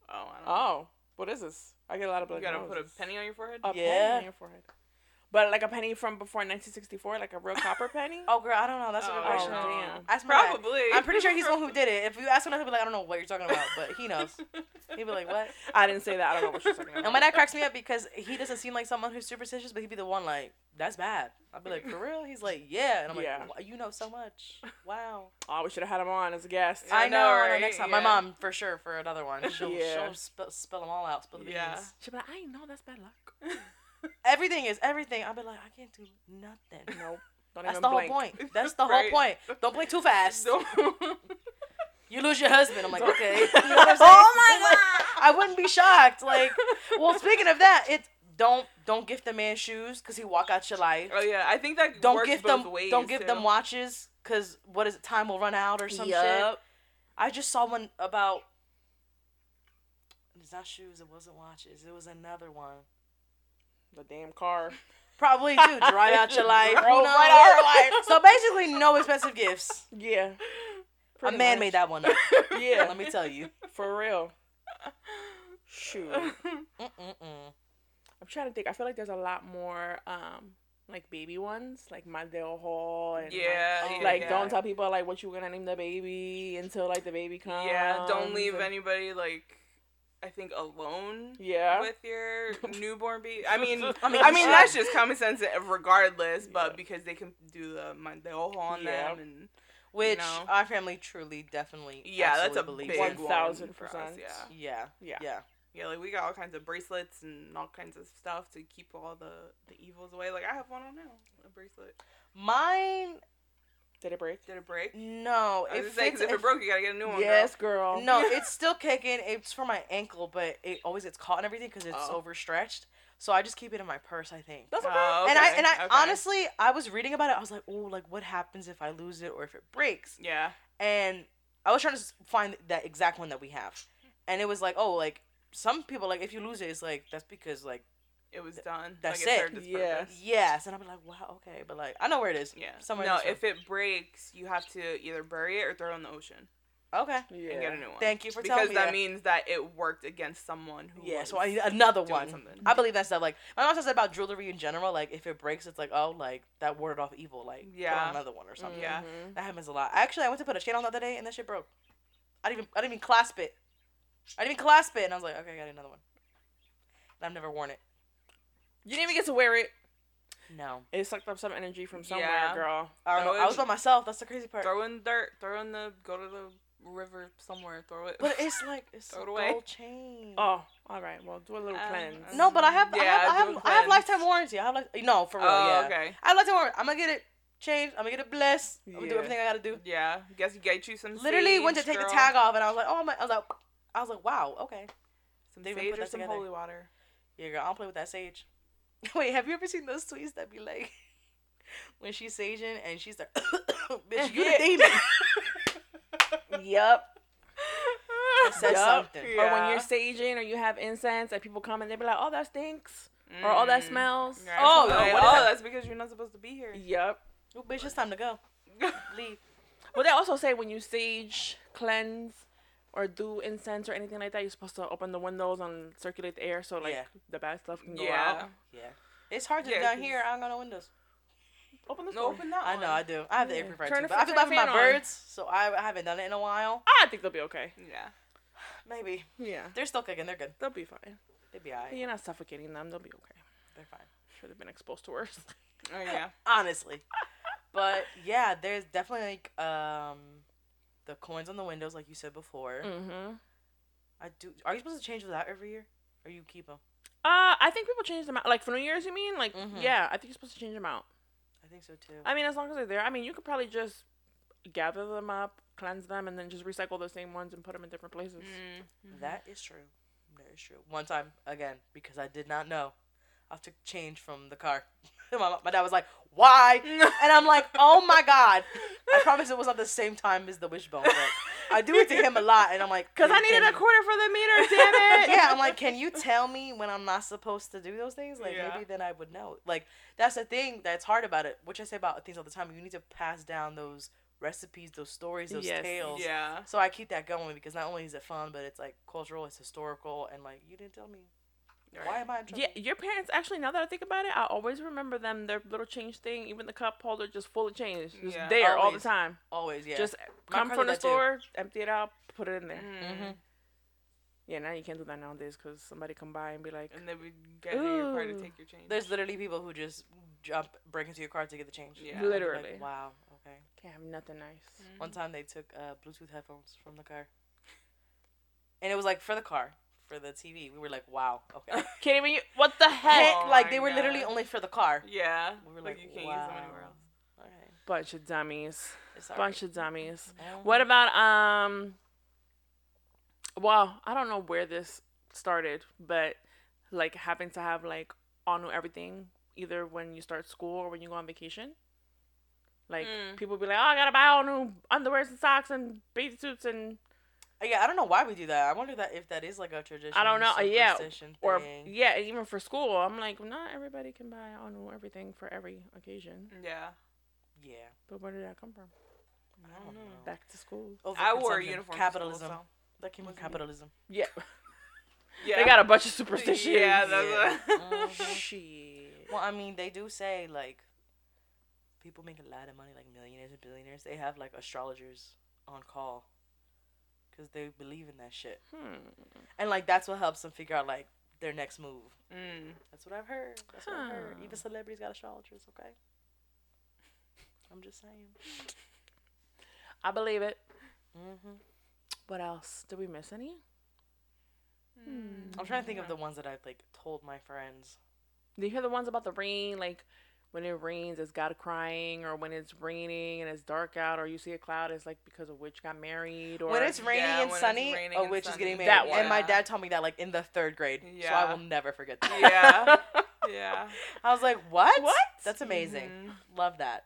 Oh, I don't know.
Oh, what is this? I get a lot of blood.
you gotta put a
noses.
Oh,
penny on your forehead.
A penny
Yeah.
on your forehead. But like a penny from before 1964, like a real copper penny.
Oh, girl, I don't know. That's a good
Oh,
question.
no.
Damn. Ask my dad.
Probably.
I'm pretty sure he's the one who did it. If you ask him, he'll be like, I don't know what you're talking about, but he knows. He'd be like, what?
I didn't say that. I don't know what you're talking about.
And my dad cracks me up because he doesn't seem like someone who's superstitious, but he'd be the one like, that's bad. I'd be like, for real? He's like, yeah. And I'm
Yeah.
like, "Wha- you know so much. Wow.
Oh, we should have had him on as a guest.
I
I
know,
know. I know,
right?
Next time,
Yeah.
my mom for sure for another one. She'll
Yeah.
she'll sp- spill them all out. Spill the beans.
Yeah.
She'd be like, I know that's bad luck.
Everything is everything. I'll be like, I can't do nothing.
Nope. Don't
That's
even
the
blink.
whole point. That's the whole
Right.
point. Don't blink too fast.
Don't-
You lose your husband. I'm like,
Don't-
okay. You know what I'm saying?
Oh my
Like, I wouldn't be shocked. Like, well, speaking of that, it's don't don't gift the man shoes because he walk out your life.
oh yeah, I think that
Don't
works
give
both
them
ways,
don't give
too.
them watches because what is it? Time will run out or some shit.
Yup.
I just saw one about. It's not shoes. It wasn't watches. It was another one.
The damn car.
Probably do drive out your life.
Drove
who knows?
right out her life.
So basically, no expensive gifts.
Yeah.
a man made that one up.
Yeah.
Let me tell you.
For real. Shoot. I'm
Mm-mm-mm.
trying to think. I feel like there's a lot more um like baby ones, like Mandel Hall and like,
yeah,
Oh,
yeah,
like
yeah.
don't tell people like what you gonna name the baby until like the baby comes.
Yeah, don't leave
and-
anybody like I think alone.
Yeah.
With your newborn baby. I mean, I
I
mean,
mean,
you
that's
should.
just common sense, regardless. But
Yeah.
because they can do the mind the whole on
Yeah.
them, and
Which
know?
our family truly, definitely,
yeah, that's a
absolutely
big
believes in.
One
one
thousand
for us,
percent.
Yeah,
Yeah,
Yeah.
yeah.
yeah, like we got all kinds of bracelets and all kinds of stuff to keep all the the evils away. Like I have one on now, a bracelet.
Mine,
Did it break?
Did it break?
no.
I was
It
gonna say,
fits,
'cause if it
if-
broke, you gotta get a new one.
Yes, girl.
no, it's still kicking. It's for my ankle, but it always gets caught and everything because it's
Oh.
overstretched. So I just keep it in my purse. I think.
That's
girl.
okay.
Oh,
and I
okay,
and I
okay.
honestly, I was reading about it. I was like, oh, like what happens if I lose it or if it breaks?
yeah,
and I was trying to s- find that exact one that we have, and it was like, oh, like some people like if you lose it, it's like that's because like
it was done.
That's
like,
it.
served its
Yeah.
purpose.
yes, and I'm like, wow, okay, but like I know where it is.
Yeah.
somewhere.
no,
in this
if it breaks, you have to either bury it or throw it in the ocean
room. okay,
and get a new one.
thank you for
because
telling me
that
that.
means that it worked against someone who
yeah,
was
so I need another
doing
one.
something.
I believe that stuff. Like my mom says about jewelry in general. Like if it breaks, it's like oh, like that warded off evil. Like put on
Yeah.
another one or something.
Yeah.
Mhm.
That happens a lot. Actually, I went to put a chain on the other day, and that shit broke. I didn't even I didn't even clasp it. I didn't even clasp it, and I was like, okay, I got another one. And I've never worn it.
You didn't even get to wear it.
No.
It sucked up some energy from somewhere,
Yeah.
girl.
I
Throw
don't know. I
it-
was by myself. That's the crazy part.
throw in dirt, throw in the go to the river somewhere, throw it.
But it's like it's
Throw it
a
away.
gold chain.
Oh, all right. Well, do a little
Um,
cleanse.
no, but I have I
Yeah,
have I
do
have,
a
I have
cleanse.
lifetime warranty. I have like no for real.
oh,
yeah,
okay.
I have lifetime warranty. I'm gonna get it changed. I'm gonna get it blessed. I'm gonna do
Yeah.
everything I gotta do.
Yeah, guess you get you some.
Literally went to
sage,
take
girl.
the tag off, and I was like, oh my, I was like, I was like, wow, okay.
some
They even
sage
put
or
that
some
together.
holy water.
Yeah, girl, I don't play with that sage. Wait, have you ever seen those tweets that be like, when she's saging and she's like, bitch, you the
Yeah.
demon.
Yep.
It says
Yup.
something.
Or when
Yeah.
you're saging or you have incense and people come and they be like, oh, that stinks. Or oh, that
Mm.
smells.
Right.
Oh,
Oh,
no, what is
oh,
that?
that's because you're not supposed to be here.
Yep.
Oh, bitch, it's time to go. Leave.
Well, they also say when you sage, cleanse, or do incense or anything like that, you're supposed to open the windows and circulate the air so like
Yeah.
the bad stuff can go
yeah.
out.
Yeah. It's hard to
Yeah,
do down
'cause-
here. I don't got no windows.
Open the
No,
door.
open that
I know, I do. I have the air
Yeah.
fryer
Turn
too,
the
but I feel
fr-
bad for my
fan on.
birds, so I, I haven't done it in a while.
I think they'll be okay.
Yeah.
Maybe
Yeah.
they're still cooking. They're good.
They'll be fine.
They'd be alright.
You're not suffocating them. They'll be okay.
They're fine.
Should have been exposed to worse.
Oh yeah.
Honestly, but yeah, there's definitely like um, the coins on the windows, like you said before.
mm-hmm.
I do. Are you supposed to change those out every year, or you keep them?
Uh, I think people change them out. Like for New Year's, you mean? Like,
Mm-hmm.
Mhm.
yeah, I think you're supposed to change them out.
I think so too.
I mean, as long as they're there. I mean, you could probably just gather them up, cleanse them, and then just recycle the same ones and put them in different places.
Mm.
Mm-hmm.
That is true. That is true. One time again, because I did not know, I took change from the car. my, my dad was like, "Why?" And I'm like, oh my God. I promise it was not the same time as the wishbone. But I do it to him a lot, and I'm like,
Because I
"Can-
needed
can
a
you-"
quarter for the meter, damn it!
yeah, I'm like, can you tell me when I'm not supposed to do those things? Like,
Yeah.
maybe then I would know. Like, that's the thing that's hard about it, which I say about things all the time. You need to pass down those recipes, those stories, those
Yes.
tales.
Yeah.
So I keep that going because not only is it fun, but it's like cultural, it's historical, and like, you didn't tell me.
Right.
Why am I in trouble?
Yeah, your parents actually. Now that I think about it, I always remember them. Their little change thing, even the cup holder, just full of change, just
Yeah,
there all the
always.
time.
Always, yeah.
Just
My
come
cousin
from the
did that too.
store, empty it out, put it in there.
Mm-hmm.
hmm
Yeah, now you can't do that nowadays because somebody come by and be like,
Mm.
And then we get in your car to
Ooh.
take your change.
There's literally people who just jump, break into your car to get the change.
Yeah. Mm-hmm.
I'd be like,
Literally.
wow. Okay.
can't have nothing nice.
One time they took uh, Bluetooth headphones from the car, and it was like for the car, for the TV. We were like, wow. Okay.
Can't even. What the heck?
Oh
Heck, like they
my
were literally
God.
only for the car.
yeah.
We were
like,
like,
you can't use them anywhere
wow.
else.
All right.
Bunch of dummies.
It's all
Bunch
right.
of dummies.
Um,
What about um? Well, I don't know where this started, but like having to have like all new everything either when you start school or when you go on vacation. Like
Mm.
people be like, "Oh, I gotta buy all new underwears and socks and bathing suits and
uh, Yeah, I don't know why we do that. I wonder that if that is like a tradition.
I don't know. uh, Yeah,
superstition
or
thing.
yeah, and even for school, I'm like, not everybody can buy all new everything for every occasion.
Yeah.
yeah.
But where did that come from?
I don't know.
Back to school.
I wore a
Overconsumption.
uniform. to school,
Capitalism.
so-
That came from
Wasn't it?
capitalism.
Yeah,
Yeah.
they got a bunch of superstitions.
Yeah,
Yeah.
that's what-
Mhm.
Shit.
Well, I mean, they do say like people make a lot of money, like millionaires and billionaires. They have like astrologers on call because they believe in that shit,
Hmm.
and like that's what helps them figure out like their next move.
Mm.
That's what I've heard. That's what I've heard. Even celebrities got astrologers. Okay, I'm just saying.
I believe it.
hmm
What else? Did we miss any?
Mm.
I'm trying to think of the ones that I've like told my friends.
Do you hear the ones about the rain? Like when it rains, it's God crying, or when it's raining and it's dark out, or you see a cloud, it's like because a witch got married, or
when it's raining
Yeah,
and
when it's
sunny,
raining
a
and
witch is getting
sunny.
married.
That
And my
one.
dad told me that like in the third grade, so I
Yeah.
will never forget
Mm.
that.
Yeah. Yeah.
I was like, what?
What?
That's amazing.
Mhm.
Love that.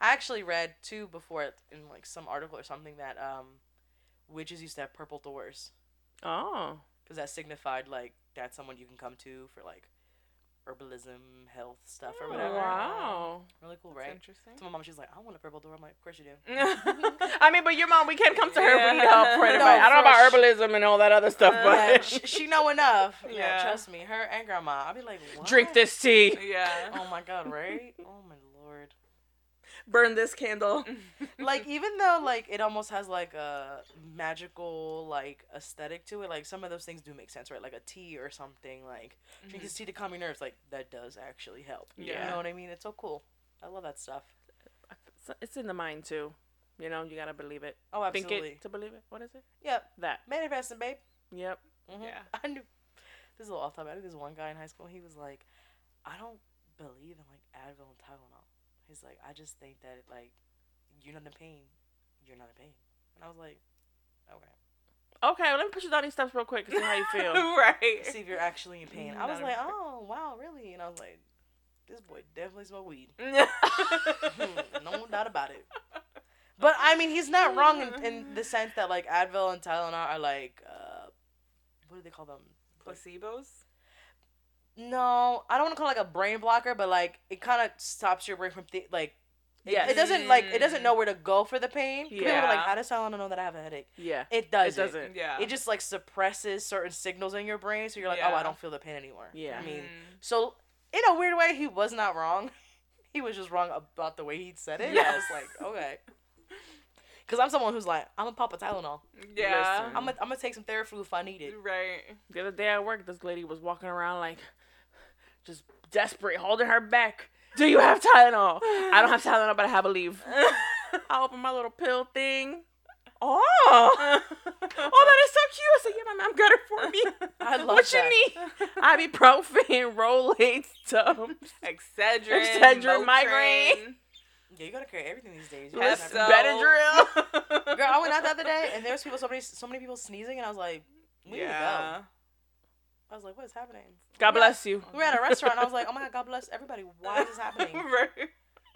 I actually read too before in like some article or something that um, witches used to have purple doors
oh,
because that signified like that's someone you can come to for like herbalism, health stuff or whatever.
oh, wow.
Really cool,
That's
right?
Interesting.
So my mom, she's like, I want a purple door. I'm like, of course you do.
I mean, but your mom, we can come to her if we need help. For
Yeah.
advice. I don't know about
No,
herbalism and all that other stuff,
Yeah,
but
she, she know enough. Yeah,
Yeah.
trust me. Her and grandma. I'll be like, what?
drink this tea,
yeah.
Oh my god, right? Oh my lord.
burn this candle.
Mm-hmm.
like even though like it almost has like a magical like aesthetic to it like some of those things do make sense right like a tea or something like drink this tea to calm your nerves like that does actually help you
Mm-hmm. Yeah.
know what i mean it's so cool i love that stuff
So It's in the mind too. You know, you gotta believe it.
oh
Think
absolutely
it to believe it. What is it?
yep
That.
manifesting babe
Yep.
hmm
Mm-hmm. Yeah.
i knew this is a little off topic i knew this one guy in high school he was like i don't believe in like advil and tylenol he's like i just think that like you're not in pain you're not in pain and i was like okay
Okay, well, let me put you down these steps real quick. and See how you feel.
right.
see if you're actually in pain. I was
Not
like,
a-
oh wow, really? And I was like, this boy definitely smoked weed. no doubt about it. But I mean, he's not wrong in, in the sense that like Advil and Tylenol are like, uh, what do they call them?
Placebos.
No, I don't want to call it like a brain blocker, but like it kind of stops your brain from thi- like. It,
Yes.
it doesn't like it doesn't
Mm.
know where to go for the pain. 'Cause People are like,
Yeah.
how does Tylenol know that I have a headache?
Yeah.
It
It
does. It,
doesn't.
Yeah.
it just like suppresses certain signals in your brain, so you're like, oh, I
Yeah.
don't feel the pain anymore.
Yeah.
I mean,
Mm.
So in a weird way, he was not wrong. He was just wrong about the way he said it. I was
Yes.
like, okay. Because I'm someone who's like, I'm gonna pop a Tylenol.
Mm. Yeah.
Listen.
I'm gonna, I'm gonna take some Theraflu if I need it.
Right.
The other day at work, this lady was walking around like just desperate, holding her back. Do you have Tylenol? I don't have Tylenol, but I have a leave. I open my little pill thing. Oh, oh, that is so cute. I said, yeah, my mom got it for me.
I love
what
that.
you need? Ibuprofen, Rolaids, Tums.
Excedrin.
Excedrin, migraine.
Yeah, you gotta carry everything these days. You
That's
gotta
so-
have
Benadryl.
everything. Girl, I went out the other day and there was people, so many, so many people sneezing, and I was like, we need to
yeah.
go. I was like, what is happening?
God bless you.
We were at a restaurant. And I was like, oh my god, God bless everybody. Why is this happening?
right.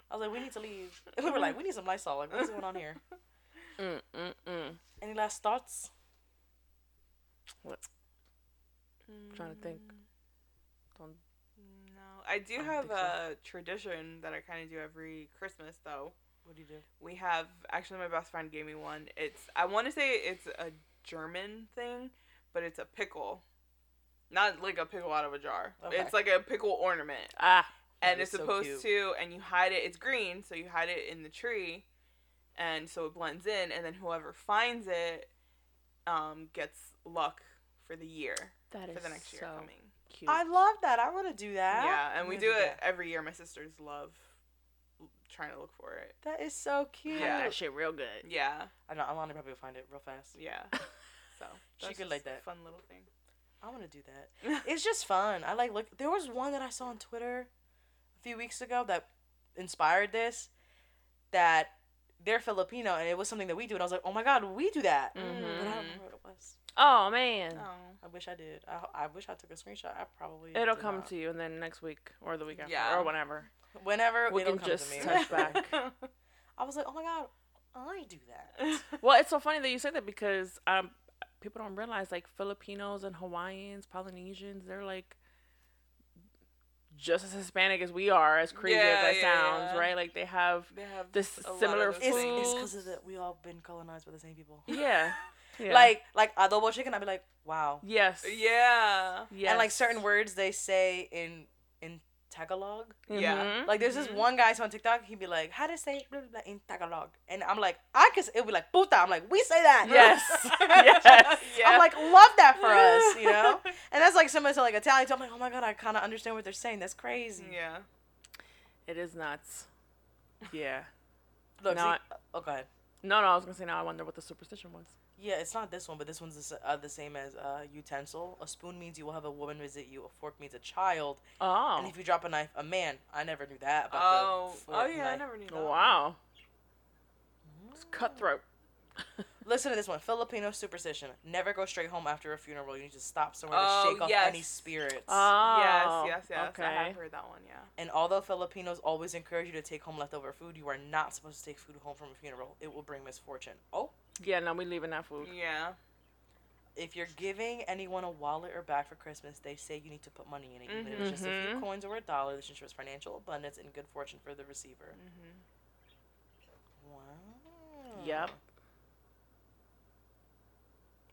I was like, we need to leave. And we were like, we need some Lysol. Like, what's going on here?
Mm, mm, mm.
Any last thoughts?
I'm trying to think. Don't
No, I do
don't
have
think so.
a tradition that I kind of do every Christmas though.
What do you do?
We have actually my best friend gave me one. It's I want to say it's a German thing, but it's a pickle. Not like a pickle out of a jar.
Okay.
It's like a pickle ornament.
Ah.
That
and
is
it's
so
supposed
cute.
to and you hide it it's green so you hide it in the tree and so it blends in and then whoever finds it um, gets luck for the year
That
for the next year coming
cute.
I love that. I want to do that.
yeah and
I'm
we
gonna
do it
that.
every year my sisters love l- trying to look for it
That is so cute.
Yeah.
that shit real good.
yeah
I know. Alana probably will find it real fast.
yeah so
She
that's
could
just
like
a
that.
fun little thing
I want to do that. It's just fun. I like look. There was one that I saw on Twitter a few weeks ago that inspired this. That they're Filipino and it was something that we do, and I was like, oh my god, we do that.
Mm-hmm.
But I don't
Mhm.
remember what it was.
Oh man.
Oh.
I wish I did. I, I wish I took a screenshot. I probably
It'll
did
come
not.
to you, and then next week or the week after
Yeah.
or whenever.
whenever
We
it'll
can
come
just
to me.
touch back.
I was like, oh my god, I do that.
Well, it's so funny that you say that because um, people don't realize like Filipinos and Hawaiians, Polynesians, they're like just as Hispanic as we are, as crazy as
Yeah,
that
yeah,
sounds,
yeah.
right? Like they have,
they have
This
a lot of
similar
those
It's
things.
it's
Ooh.
because of that we all been colonized by the same people.
yeah, yeah.
Like like adobo chicken, I'd be like, wow.
yes,
yeah
yes,
And like certain words they say in in Tagalog.
Yeah.
Mhm.
Like there's this
Mhm.
one guy so on TikTok, he'd be like, how to say blah, blah, blah in Tagalog, and I'm like, I guess it'd be like puta. I'm like, we say that.
Yes. Yes.
Yeah.
I'm like, love that for us, you know. And that's like someone said like Italian. So I'm like, oh my god, I kind of understand what they're saying. That's crazy.
yeah
it is nuts. Yeah.
Look,
Now
see, oh go ahead.
No, no, I was gonna say now. I wonder what the superstition was.
Yeah, it's not this one, but this one's the, s- uh, the same as uh, utensil. A spoon means you will have a woman visit you. A fork means a child,
Oh,
and if you drop a knife, a man. I never knew that. About
oh
the
oh
fork
yeah i
knife.
never knew that
Oh, wow, it's
Mm.
cutthroat.
Listen to this one. Filipino superstition: never go straight home after a funeral. You need to stop somewhere
Oh,
to shake off
yes.
any spirits.
yes,
Oh,
yes, yes. I
Okay.
have heard that one. Yeah.
and although Filipinos always encourage you to take home leftover food, you are not supposed to take food home from a funeral. It will bring misfortune. Oh,
Yeah, no, we leaving that food.
Yeah.
if you're giving anyone a wallet or bag for Christmas, they say you need to put money in it, even if it's just a few
Mhm.
coins or a dollar. This ensures financial abundance and good fortune for the receiver.
Mm-hmm.
Wow.
Yep.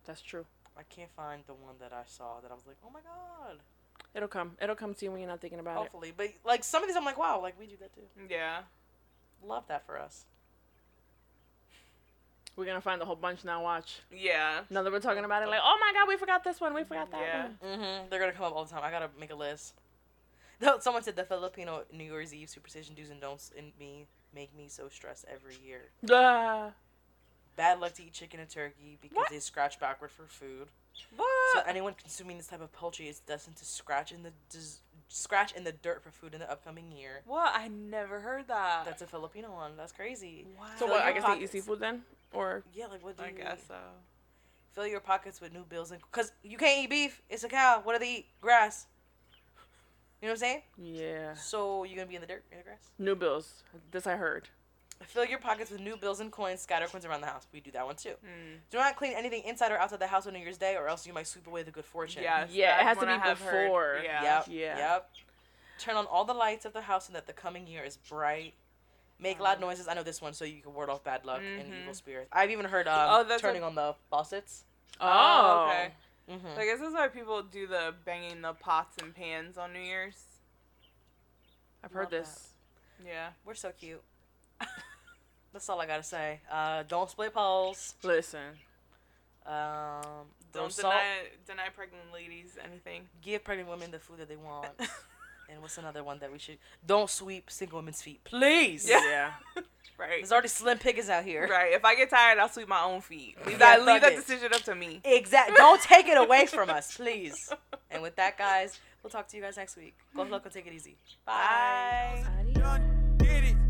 That's true.
I can't find the one that I saw that I was like, oh my god.
It'll come. It'll come to you when you're not thinking about it.
Hopefully, but like some of these, I'm like, wow, like we do that too.
Yeah.
Love that for us.
We're gonna find a whole bunch now. Watch.
Yeah.
Now that we're talking about it, like, oh my god, we forgot this one. We forgot that
Yeah.
one.
Mm-hmm. They're gonna come up all the time. I gotta make a list. No, Someone said the Filipino New Year's Eve superstition do's and don'ts in me make me so stressed every year.
Duh.
Bad luck to eat chicken and turkey because
What?
they scratch backward for food. So
What?
anyone consuming this type of poultry is destined to scratch in the dis- scratch in the dirt for food in the upcoming year.
What? I never heard that.
That's a Filipino one. That's crazy.
wow.
So
Fill
what?
your
I guess they eat
pockets.
seafood then, or
Yeah, like what do
I
you
guess
eat?
so.
fill your pockets with new bills and because you can't eat beef. It's a cow. What do they eat? Grass. You know what I'm saying?
yeah,
So you're gonna be in the dirt in the grass.
new bills. This I heard.
Fill your pockets with new bills and coins. Scatter coins around the house. We do that one too.
Mm.
Do not clean anything inside or outside the house on New Year's Day, or else you might sweep away the good fortune.
Yes,
Yeah, it
that
has to
one I
be
have heard.
before.
Yeah.
Yep.
Yeah.
Yep. Turn on all the lights of the house so that the coming year is bright. Make
Um,
loud noises. I know this one, so you can ward off bad luck and
Mhm.
evil spirits. I've even heard um,
Oh, that's
turning on the faucets.
Oh, okay.
hmm
So I guess that's why people do the banging the pots and pans on New Year's.
I've heard
Love that.
this.
Yeah.
We're so cute. That's all I gotta say. Uh, don't split poles.
Listen,
Um,
Don't
don't salt.
deny deny pregnant ladies anything.
Give pregnant women the food that they want. and what's another one that we should? Don't sweep single women's feet, please.
Yeah.
yeah,
right.
There's already slim pickings out here.
Right. If I get tired, I'll sweep my own feet. Leave
Yeah,
that leave
fuck
that
it.
decision up to me.
Exactly. Don't take it away from us, please. And with that, guys, we'll talk to you guys next week. Go luck and take it easy. Bye.
Bye.
Done did it.